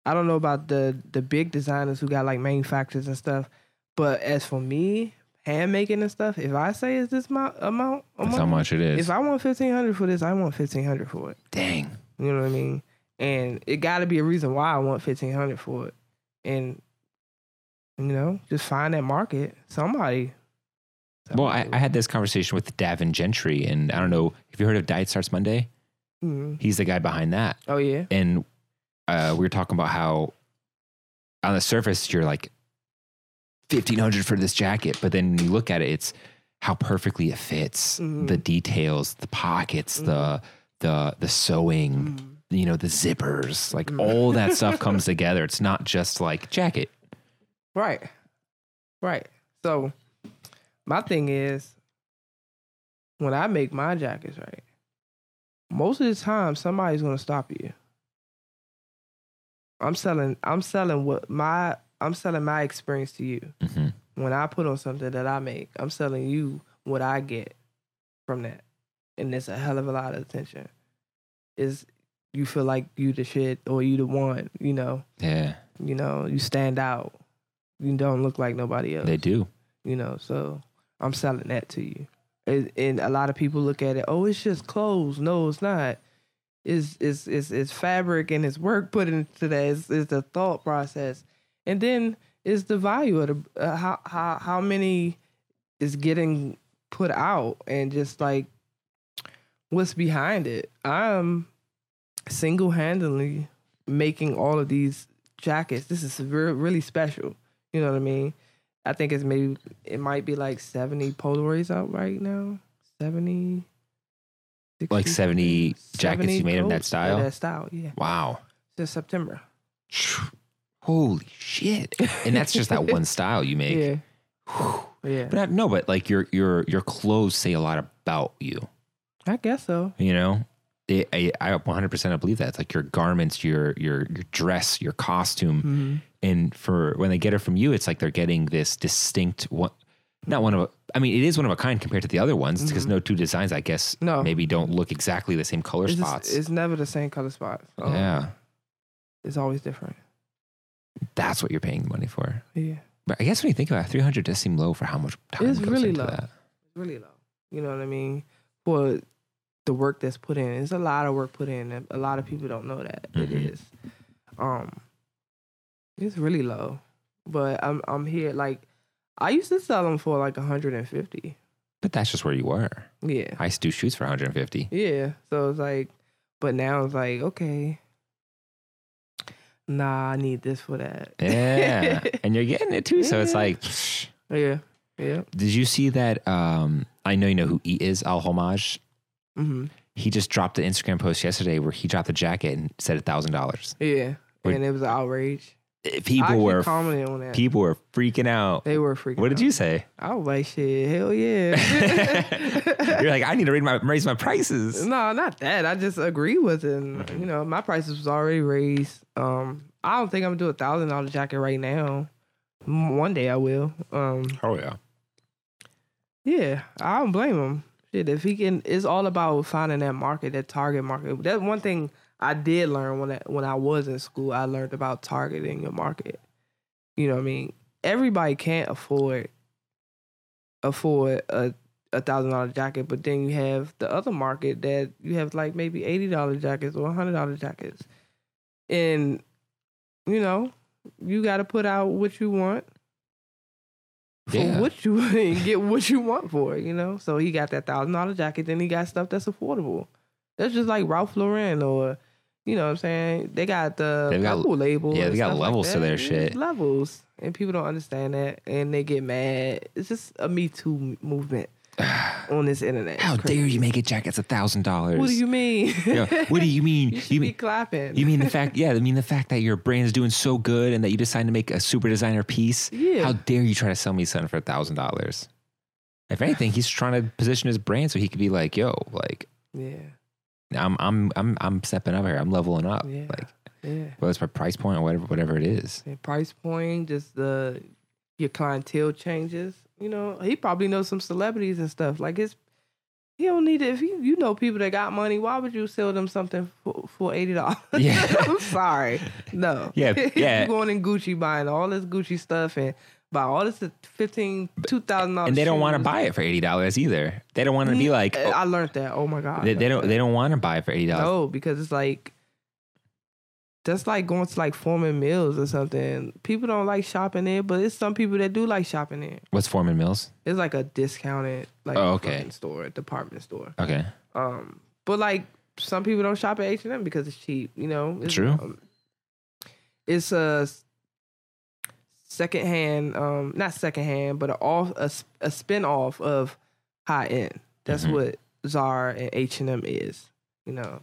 I don't know about the the big designers who got like manufacturers and stuff, but as for me, hand making and stuff, if I say is this my amount, That's how amount, much it is. if I want fifteen hundred for this, I want fifteen hundred for it. Dang. You know what I mean? And it got to be a reason why I want fifteen hundred for it. And you know, just find that market. Somebody. Well, I, I had this conversation with Davin Gentry, and I don't know if you heard of Diet Starts Monday. Mhm. He's the guy behind that. Oh yeah. and uh, we were talking about how on the surface you're like 1500 for this jacket but then you look at it it's how perfectly it fits Mhm. the details the pockets the the the sewing Mhm. you know the zippers like Mhm. all that stuff comes together it's not just like jacket Right. Right. So my thing is when I make my jackets, right? Most of the time somebody's gonna stop you. I'm selling I'm selling what my I'm selling my experience to you. Mhm. When I put on something that I make, I'm selling you what I get from that. And it's a hell of a lot of attention. Is you feel like you the shit or you the one, you know yeah you know, you stand out. You don't look like nobody else. they do You know, so I'm selling that to you. And- and a lot of people look at it, oh, it's just clothes. No, it's not. It's it's it's, it's fabric and it's work put into that. It's, it's the thought process, and then it's the value of the uh, how how how many is getting put out and just like what's behind it. I'm single handedly making all of these jackets. This is re- really special. You know what I mean? I think it's maybe it might be like seventy Polaroids out right now. 70, Like 70 jackets you made of that coats style? That style, yeah. wow Since September. holy shit and that's just that one style you make Yeah, Whew. yeah. but I, no but like your your your clothes say a lot about you I guess so. You know, it, I, I 100% I believe that. It's like your garments, your your your dress, your costume, and for when they get it from you, it's like they're getting this distinct one. Not one of a. I mean, it is one of a kind compared to the other ones because Mm-hmm. no two designs, I guess, No. maybe don't look exactly the same color Oh. It's, just- spots. it's never the same color spots. Um, yeah, it's always different. that's what you're paying the money for. Yeah, But I guess when you think about it, 300 does seem low for how much time It's goes really into low. that. really low. You know what I mean? For the work that's put in. It's a lot of work put in. and A lot of people don't know that it Mhm. is. Um, it's really low, but I'm I'm here like I used to sell them for like 150. But that's just where you were. Yeah, I used to do shoots for 150. yeah. So it's like, but now it's like okay. Nah, I need this for that. Yeah. and you're getting it too. So it's Yeah. like, Yeah, yeah. did you see that? Um, I know you know who E is, Al Homage. hmm He just dropped an Instagram post yesterday where he dropped a jacket and said $1,000. Yeah. Wait. And it was an outrage. I People actually were, commented on that. people were freaking out. they were freaking. What did out. you say? I was like, shit, hell yeah. You're like, I need to raise my, raise my prices. no, not that. I just agree with it. And, You know, my prices was already raised. Um, I don't think I'm gonna do a thousand dollar jacket right now. M- One day I will. Um, Oh, yeah. yeah, I don't blame him. Shit, if he can, it's all about finding that market, that target market. That's one thing I did learn when I, when I was in school. I learned about targeting your market. You know what I mean? Everybody can't afford afford a a thousand dollar jacket, but then you have the other market that you have like maybe eighty dollar jackets or hundred dollar jackets, and you know you got to put out what you want for Yeah. what you and get what you want for it, you know. So he got that thousand dollar jacket, then he got stuff that's affordable. That's just like Ralph Lauren or you know what I'm saying? They got the They've got- purple label. yeah, and they got stuff like levels to that. their Yeah, shit. Levels. And people don't understand that and they get mad. It's just a Me Too movement on this internet. It's How crazy. dare you make a jacket's $1,000? What do you mean? Yeah, What do you mean? you should you be mean clapping. You mean the fact? Yeah, I mean the fact that your brand is doing so good and that you decide to make a super designer piece. Yeah. How dare you try to sell me something for a thousand dollars? If anything, he's trying to position his brand so he could be like, "Yo, like Yeah. I'm I'm I'm I'm stepping up here. I'm leveling up. Yeah. Like Yeah. whether it's my price point or whatever whatever it is. And price point, just the your clientele changes. You know, he probably knows some celebrities and stuff. Like his, he don't need to. If you you know people that got money, why would you sell them something for, for eighty dollars? Yeah. I'm sorry, no. Yeah, If yeah. you going in Gucci buying all this Gucci stuff and buy all this fifteen two thousand dollars, And they don't want to buy it for eighty dollars either. They don't want to be like oh, I learned that. Oh my god, they, they don't they don't want to buy it for eighty dollars. no, because it's like that's like going to like Foreman Mills or something. People don't like shopping there, but it's some people that do like shopping there. What's Foreman Mills? It's like a discounted like Oh, okay. fucking store, department store. Okay. Um, but like some people don't shop at H and M because it's cheap. You know, it's, True. um, it's a s- secondhand, um, not secondhand, but a off a, s- a spin off of high end. That's Mhm. what Zara and H and M is. You know.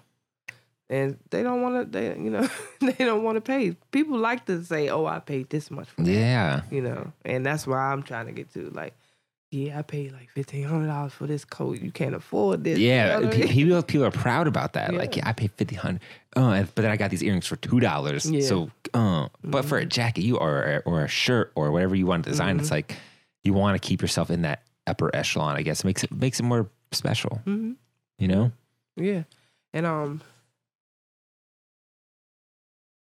And they don't want to. They, you know, they don't want to pay. People like to say, "Oh, I paid this much for Yeah. you know, and that's why I'm trying to get to. Like, yeah, I paid like fifteen hundred dollars for this coat. You can't afford this. Yeah, you know what I pe- mean? people people are proud about that. Like, Yeah. yeah, I paid fifty hundred, uh, but then I got these earrings for two dollars. Yeah. Mm-hmm. So, uh, but for a jacket, you or or a shirt or whatever you want to design, it's like you want to keep yourself in that upper echelon. I guess it makes it makes it more special. Mhm. You know, yeah, and um,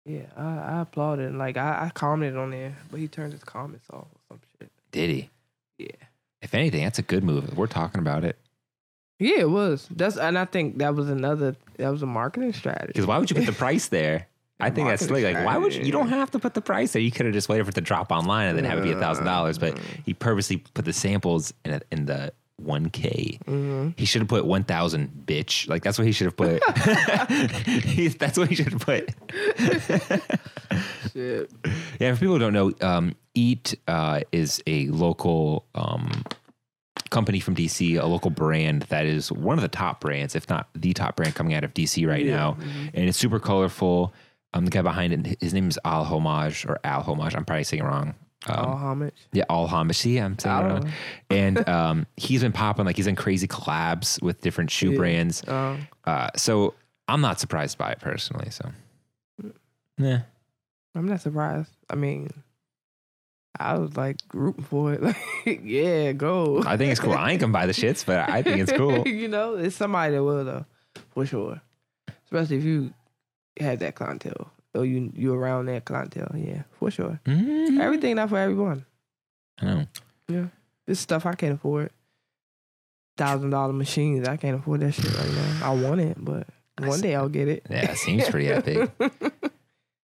yeah, I, I applauded. and, Like, I, I commented on there, but he turned his comments off or some shit. Diddy. Yeah. If anything, that's a good move. We're talking about it Yeah, it was. That's and I think that was another. That was a marketing strategy. because why would you put the price there? I think that's Marketing slick. Like, why would you? You don't have to put the price there. You could have just waited for it to drop online and then have it be a thousand dollars. Uh. But he purposely put the samples in a, in the one k. Mm-hmm. He should have put 1,000, bitch. Like, that's what he should have put. He- that's what he should have put. Shit. Yeah, for people who don't know, um, Eat uh, is a local um, company from DC, a local brand that is one of the top brands, if not the top brand coming out of DC right Yeah, now. Mm-hmm. And it's super colorful. Um, the guy behind it, his name is Al Homage or Al Homage. I'm probably saying it wrong. Um, All homage. yeah, all homage. See, I'm saying it Al. wrong. And um, he's been popping, like, he's in crazy collabs with different shoe Yeah. brands. Um, Uh, so I'm not surprised by it personally. So, yeah, I'm not surprised. I mean, I was like rooting for it. Like, yeah, go. I think it's cool. I ain't gonna buy the shits, but I think it's cool. you know, it's somebody that will though, for sure. Especially if you have that clientele or you you around that clientele. Yeah, for sure. Mhm. Everything not for everyone. I know. It's stuff I can't afford. thousand dollar machines. I can't afford that shit right now. I want it, but one day I'll get it. Yeah, it seems pretty epic. Look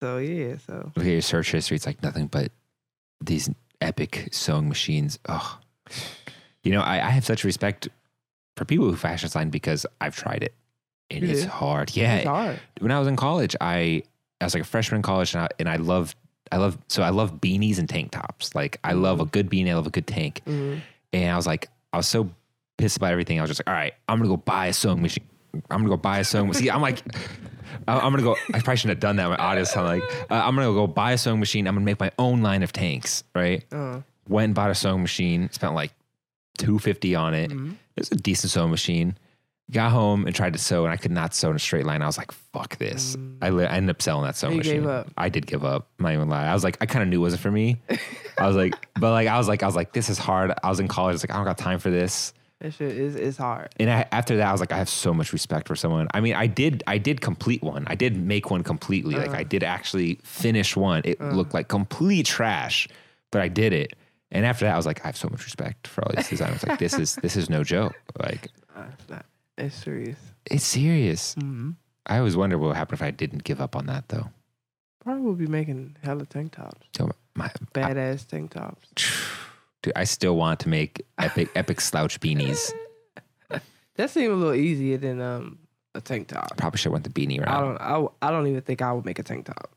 So yeah, so at your search history; it's like nothing but these epic sewing machines. Oh, you know, I, I have such respect for people who fashion design because I've tried it. And You it's did? hard. Yeah, it's hard. when I was in college, I I was like a freshman in college, and I and I love I love so I love beanies and tank tops. Like I love a good beanie, I love a good tank. Mhm. And I was like, I was so pissed about everything. I was just like, all right, I'm gonna go buy a sewing machine. I'm gonna go buy a sewing. See, I'm like, I- I'm gonna go. I probably shouldn't have done that. My audience, I'm like, uh, I'm gonna go buy a sewing machine. I'm gonna make my own line of tanks. Right? Uh, Went and bought a sewing machine. Spent like two fifty on it. mhm. It was a decent sewing machine. Got home and tried to sew, and I could not sew in a straight line. I was like, "Fuck this!" Mm. I, li- I ended up selling that sewing You machine. gave up. I did give up. I'm not even lie. I was like, I kind of knew it wasn't for me. I was like, but like, I was like, I was like, this is hard. I was in college. I was like, I don't got time for this. That shit is is hard. And I, after that, I was like, I have so much respect for someone. I mean, I did, I did complete one. I did make one completely. like, Uh. I did actually finish one. It looked like complete trash, but I did it. And after that, I was like, I have so much respect for all these designers. like, this is this is no joke. Like, Uh, it's not. It's serious. it's serious. Mm-hmm. I always wonder what would happen if I didn't give up on that though. Probably will be making hella tank tops, So my, I, badass tank tops. dude, I still want to make epic epic slouch beanies. That seemed a little easier than um a tank top. Probably should have went the beanie I route. don't. I, w- I don't even think I would make a tank top.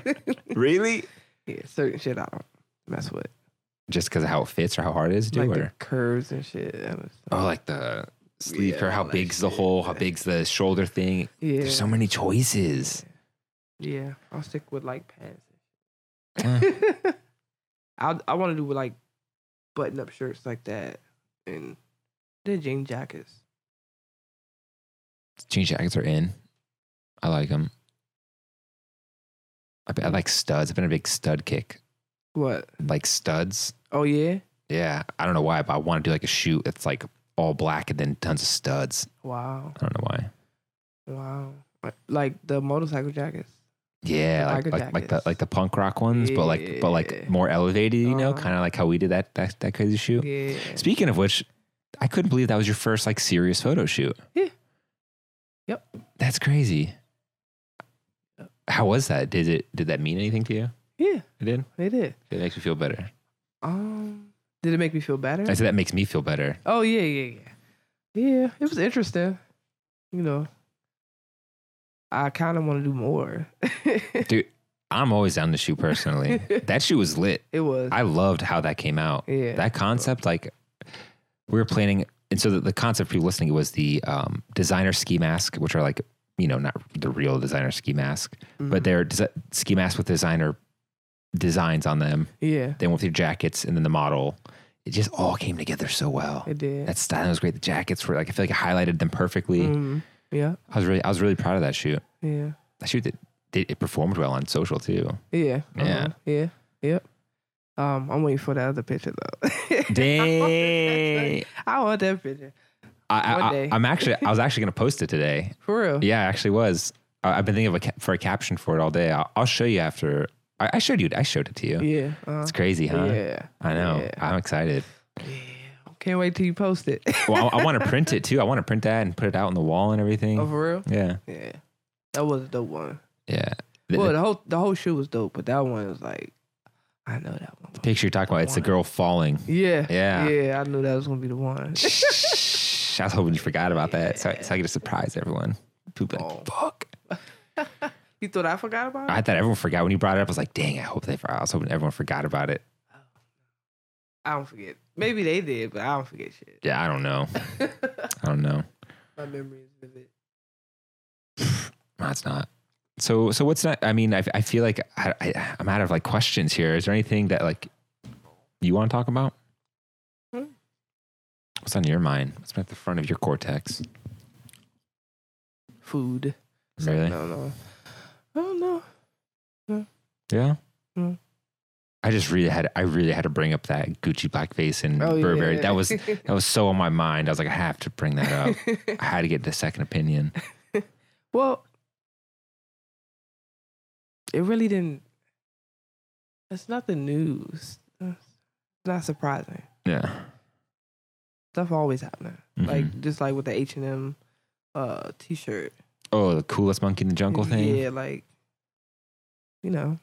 Really? yeah, certain shit I don't mess with, Just because of how it fits or how hard it is to do, like the or curves and shit. I was- oh, like the sleeve Yeah, or how all that big's the shit. hole, how big's the shoulder thing. yeah, There's so many choices. yeah. I'll stick with like pants. Huh. I I want to do with like button up shirts like that and the jean jackets. Jean jackets are in. I like them. I, be- I like studs. I've been a big stud kick. What? Like studs. Oh yeah. Yeah, I don't know why, but I want to do like a shoot that's like all black and then tons of studs. Wow. I don't know why. Wow. Like- Like the motorcycle jackets. Yeah, like like, biker like the jackets. like the punk rock ones, but like but like Yeah. more elevated, you know, Uh-huh. kind of like how we did that that that crazy shoot. Yeah. Speaking of which, I couldn't believe that was your first like serious photo shoot. Yeah. Yep. That's crazy. How was that? Did it did that mean anything to you? Yeah, It did. they did. It makes me feel better. Um, did it make me feel better? I said that makes me feel better. Oh yeah, yeah, yeah. Yeah, it was interesting. You know, I kind of want to do more. Dude, I'm always down to shoot personally. that shoot was lit. it was. I loved how that came out. yeah. that concept like we were planning and so the, the concept for you listening was the um, designer ski mask which are like you know not the real designer ski mask but Mhm. they're desi- ski masks with designer designs on them yeah, then with your jackets and then the model it just all came together so well it did. that styling was great the jackets were like i feel like i highlighted them perfectly Mhm. Yeah, i was really i was really proud of that shoot yeah, that shoot did, did it performed well on social too yeah, Yeah. uh-huh, yeah, yep. Um, I'm waiting for the other picture though. dang I want that picture I, I, One I, day. i'm actually i was actually going to post it today for real. Yeah, I actually was. I, I've been thinking of a ca- for a caption for it all day. I'll, I'll show you after. I, I showed you. I showed it to you. yeah, uh, It's crazy, huh? yeah. I know. Yeah. I'm excited. Can't wait till you post it. Well, I, I want to print it too. I want to print that and put it out on the wall and everything. oh, for real? Yeah, Yeah, that was a dope one. yeah. The, well, the the whole the whole shoe was dope, but that one was like, I know that one. picture you're talking about. It's the girl falling. Yeah, Yeah. yeah. I knew that was gonna be the one. Shh, I was hoping you forgot about that, so, I- so I get to surprise everyone. People be like, Oh. fuck. You thought I forgot about it? I thought everyone forgot when you brought it up. I was like, dang, I hope they. forgot. I was hoping everyone forgot about it. I don't forget. Maybe they did, but I don't forget shit. Yeah, I don't know. I don't know. My memory is vivid. No, it's not. So, so what's not? I mean, I, I feel like I, I, I'm out of like questions here. Is there anything that like you want to talk about? Hmm. What's on your mind? What's been at the front of your cortex? Food. Really? No, no. I don't know. Yeah. Hmm. I just really had I really had to bring up that Gucci blackface and Oh, yeah. Burberry. That was that was so on my mind. I was like, I have to bring that uh, up. I had to get the second opinion. well, it really didn't. It's not the news. It's not surprising. Yeah. Stuff always happening. Mhm. Like just like with the H and M uh t shirt. oh, the coolest monkey in the jungle thing. Yeah, like you know.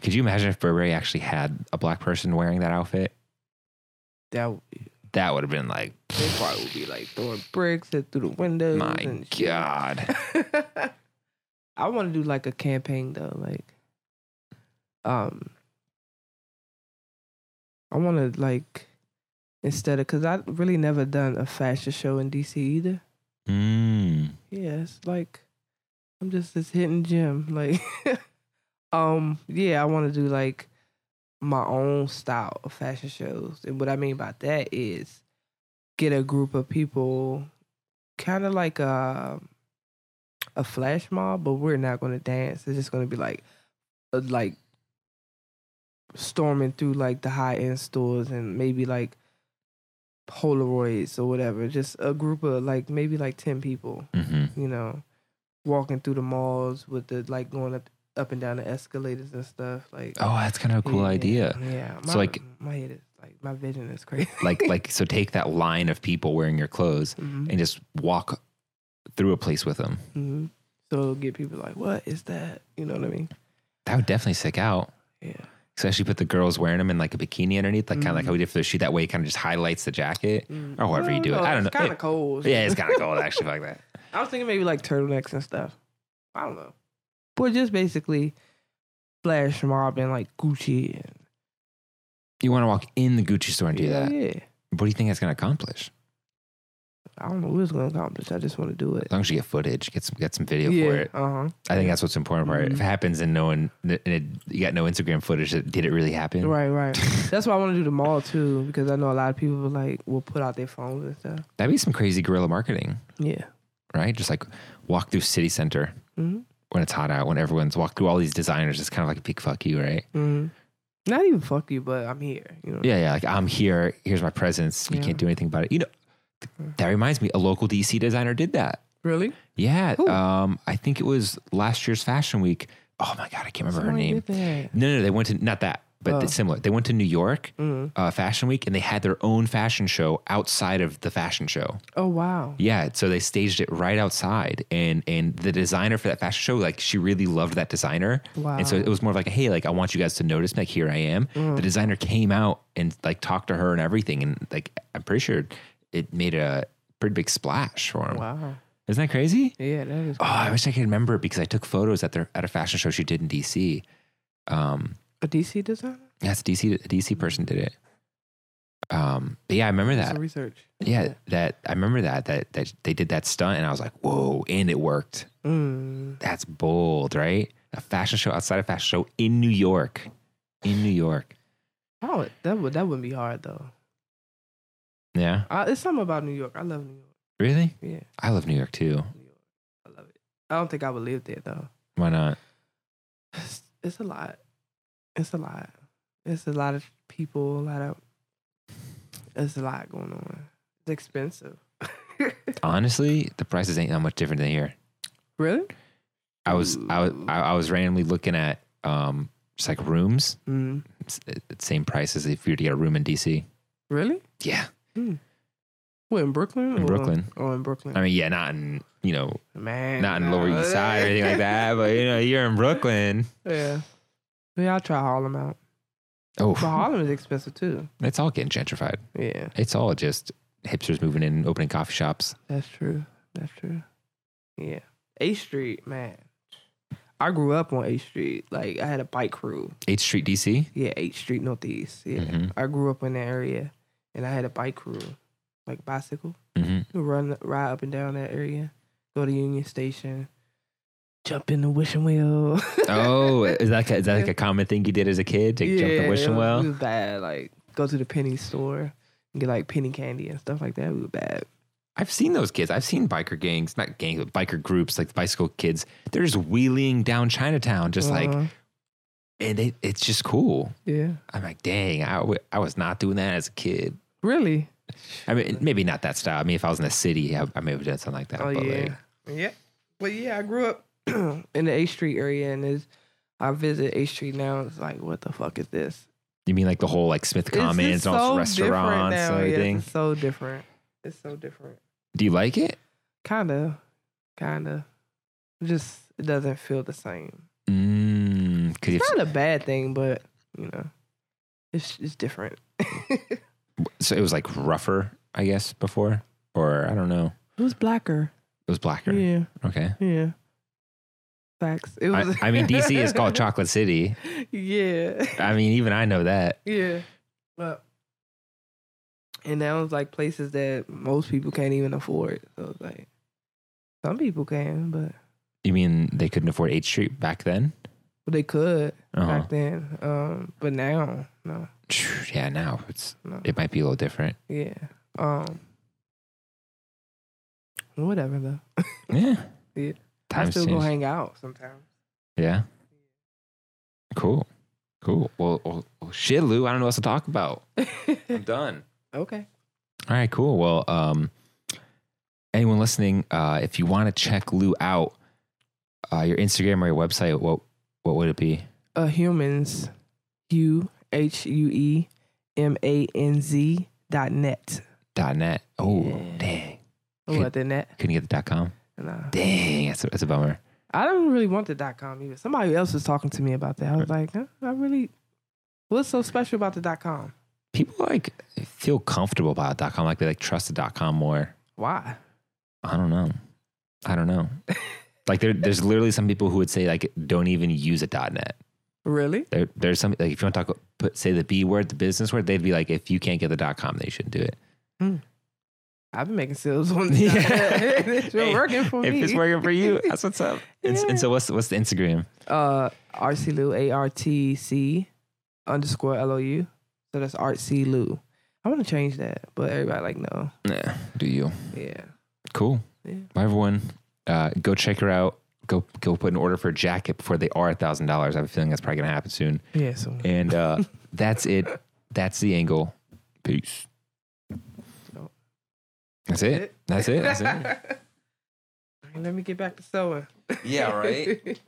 Could you imagine if Burberry actually had a black person wearing that outfit? That would be- That would have been like, they probably would be like throwing bricks at- through the windows. my and shit. god. I want to do like a campaign though, like um I want to like instead of cuz I really never done a fashion show in DC either. Mm. Yeah, it's like I'm just this hidden gem like um yeah, I want to do like my own style of fashion shows. And what I mean by that is get a group of people kind of like a a flash mob, but we're not going to dance. It's just going to be like uh, like storming through like the high end stores and maybe like Polaroids or whatever. Just a group of like maybe like 10 people Mm-hmm. you know, walking through the malls with the like going up up and down the escalators and stuff. Like Oh, that's kind of a cool yeah, idea. Yeah. So, My, like- my head is like my vision is crazy. Like, like, so take that line of people wearing your clothes hmm and just walk through a place with them. hmm So it'll get people like, what is that? You know what I mean? That would definitely stick out. Yeah. Especially put the girls wearing them in like a bikini underneath, like kind of like Mhm. how we did for the shoot. That way, it kind of just highlights the jacket. Mm. Or however Oh, you do it. I don't It's know. kind It- of cold. Yeah, it's kind of cool actually. Like that. I was thinking maybe like turtlenecks and stuff. I don't know. But just basically flash mob and like Gucci. And, You want to walk in the Gucci store and do Hell that. Yeah. What do you think that's going to accomplish? I don't know what it's gonna accomplish. I just want to do it. As long as you get footage, get some, get some video for it. Uh huh. I think that's what's the important part. If Mhm. it happens and no one, and it, you got no Instagram footage, that did it really happen? Right, right. That's why I want to do the mall too, because I know a lot of people like will put out their phones and stuff. That'd be some crazy guerrilla marketing, Yeah. right? Just like walk through city center hmm when it's hot out, when everyone's walked through all these designers. It's kind of like a big fuck you, right? hmm Not even fuck you, but I'm here. You know. Yeah, yeah. Like I'm here. Here's my presence. You Yeah. can't do anything about it. You know, th- that reminds me, a local DC designer did that. Really? Yeah. Who? Um, I think it was last year's Fashion Week. Oh my God, I can't remember her Somebody name. did that. No, no, they went to not that, but Oh. it's similar. They went to New York Mhm. uh, Fashion Week and they had their own fashion show outside of the fashion show. Oh wow. Yeah, so they staged it right outside, and and the designer for that fashion show, like she really loved that designer, Wow. Mm. and so it was more of like, hey, like I want you guys to notice, me, like here I am. The designer came out and like talked to her and everything, and like I'm pretty sure it made a pretty big splash for him. Wow. Isn't that crazy? Yeah, that is. Oh, I wish I could remember it because I took photos at their at a fashion show she did in DC. Um, a DC designer. that's DC. A DC person did it. Um, but yeah, I remember Some that. research. Yeah, that I remember that that that they did that stunt, and I was like, whoa, and it worked. Mm. That's bold, right? A fashion show outside a fashion show in New York, in New York. How would- that would that wouldn't be hard though. Yeah, I, it's something about New York. I love New York. really? Yeah. I love New York too. New York. I love it. I don't think I would live there though. Why not? it's, it's a lot. It's a lot. It's a lot of people. A lot of. It's a lot going on. It's expensive. Honestly, the prices ain't that much different than here. really? I was I was I I was randomly looking at um just like rooms Mm. it's, it's same price as if you were to get a room in DC. Really? Yeah, What in Brooklyn? in or- Brooklyn. Oh, in Brooklyn. I mean, yeah, not in you know, Man, not in Lower East Side or anything like that, but you know, you're in Brooklyn. yeah. Yeah, I'll try Harlem out. But Oh, Harlem is expensive too. it's all getting gentrified. Yeah, It's all just hipsters moving in, opening coffee shops. that's true. That's true. Yeah. A Street, man. I grew up on A Street. Like I had a bike crew. H Street, DC. Yeah, 8th Street Northeast. Yeah. Mhm. I grew up in that area and I had a bike crew, like bicycle. hmm We Run ride up and down that area, go to Union Station, jump in the wishing well. Oh, is that is that like a common thing you did as a kid? Like jump the it wishing was- well. We was bad. Like go to the penny store and get like penny candy and stuff like that. We were bad. I've seen those kids. I've seen biker gangs, not gangs, but biker groups, like bicycle kids. They're just wheeling down Chinatown, just like, Uh-huh. and they, it's just cool. Yeah. I'm like, dang, I, w- I was not doing that as a kid. Really? I mean, maybe not that style. I mean, if I was in the city, I, I may have done something like that. Oh but yeah, like, yeah. But yeah, I grew up in the A Street area, and is I visit A Street now. It's like, what the fuck is this? You mean like the whole like Smith It's- Commons, it's and all so those different restaurants and now, yes, everything? It's so different. It's so different. Do you like it? Kinda, kinda. Just it doesn't feel the same. Mm, cause It's if, not a bad thing, but you know, it's it's different. it so it was like rougher, I guess, before, or I don't know. was blacker. It was blacker. Yeah, Okay. yeah. Facts. It I, was. I mean, DC is called Chocolate City. Yeah. I mean, even I know that. Yeah. But and that was like places that most people can't even afford. So it's like some people can, but, You mean they couldn't afford 8th Street back then? but they could Uh-huh. back then. Um, but now, no, Yeah, now it's no. it might be a little different. Yeah. Um. Whatever though. Yeah. Yeah. I Times still go change. hang out sometimes. Yeah. Cool. Cool. Well, well, well, shit, Lou. I don't know what else to talk about. I'm done. okay. All right, cool. Well, um, anyone listening, uh, if you want to check Lou out, uh, your Instagram or your website, what what would it be? Uh, humans. U H U E M A N Z dot net. Dot net. Oh, Yeah. dang. Oh, Could- what the net? Couldn't get the dot com. Nah. Dang, that's a, that's a bummer. I don't really want the dot com either. Somebody else was talking to me about that. I was like, huh, I really, what's so special about the dot com? People like feel comfortable about dot com, like they like trust the dot com more. Why? I don't know. I don't know. like there, there's literally some people who would say like don't even use a dot net. Really? There, there's some like if you want to talk, put say the B word, the business word, they'd be like, if you can't get the dot com, they shouldn't do it. I've been making sales on the Yeah. It's been Hey, working for if me. it's working for you, that's what's up. And, s- and so what's what's the Instagram? uh, RC Lou, A R T C underscore L O U. So that's RC Lou. I want to change that, but everybody like, no. Nah, do you? Yeah. Cool. Yeah. Bye everyone. Uh, go check her out. Go go put an order for a jacket before they are a thousand dollars. I have a feeling that's probably gonna happen soon. Yeah. So And uh, that's it. That's the angle. Peace. So- That's it. That's it. That's it. Let me get back to sewing. Yeah, right?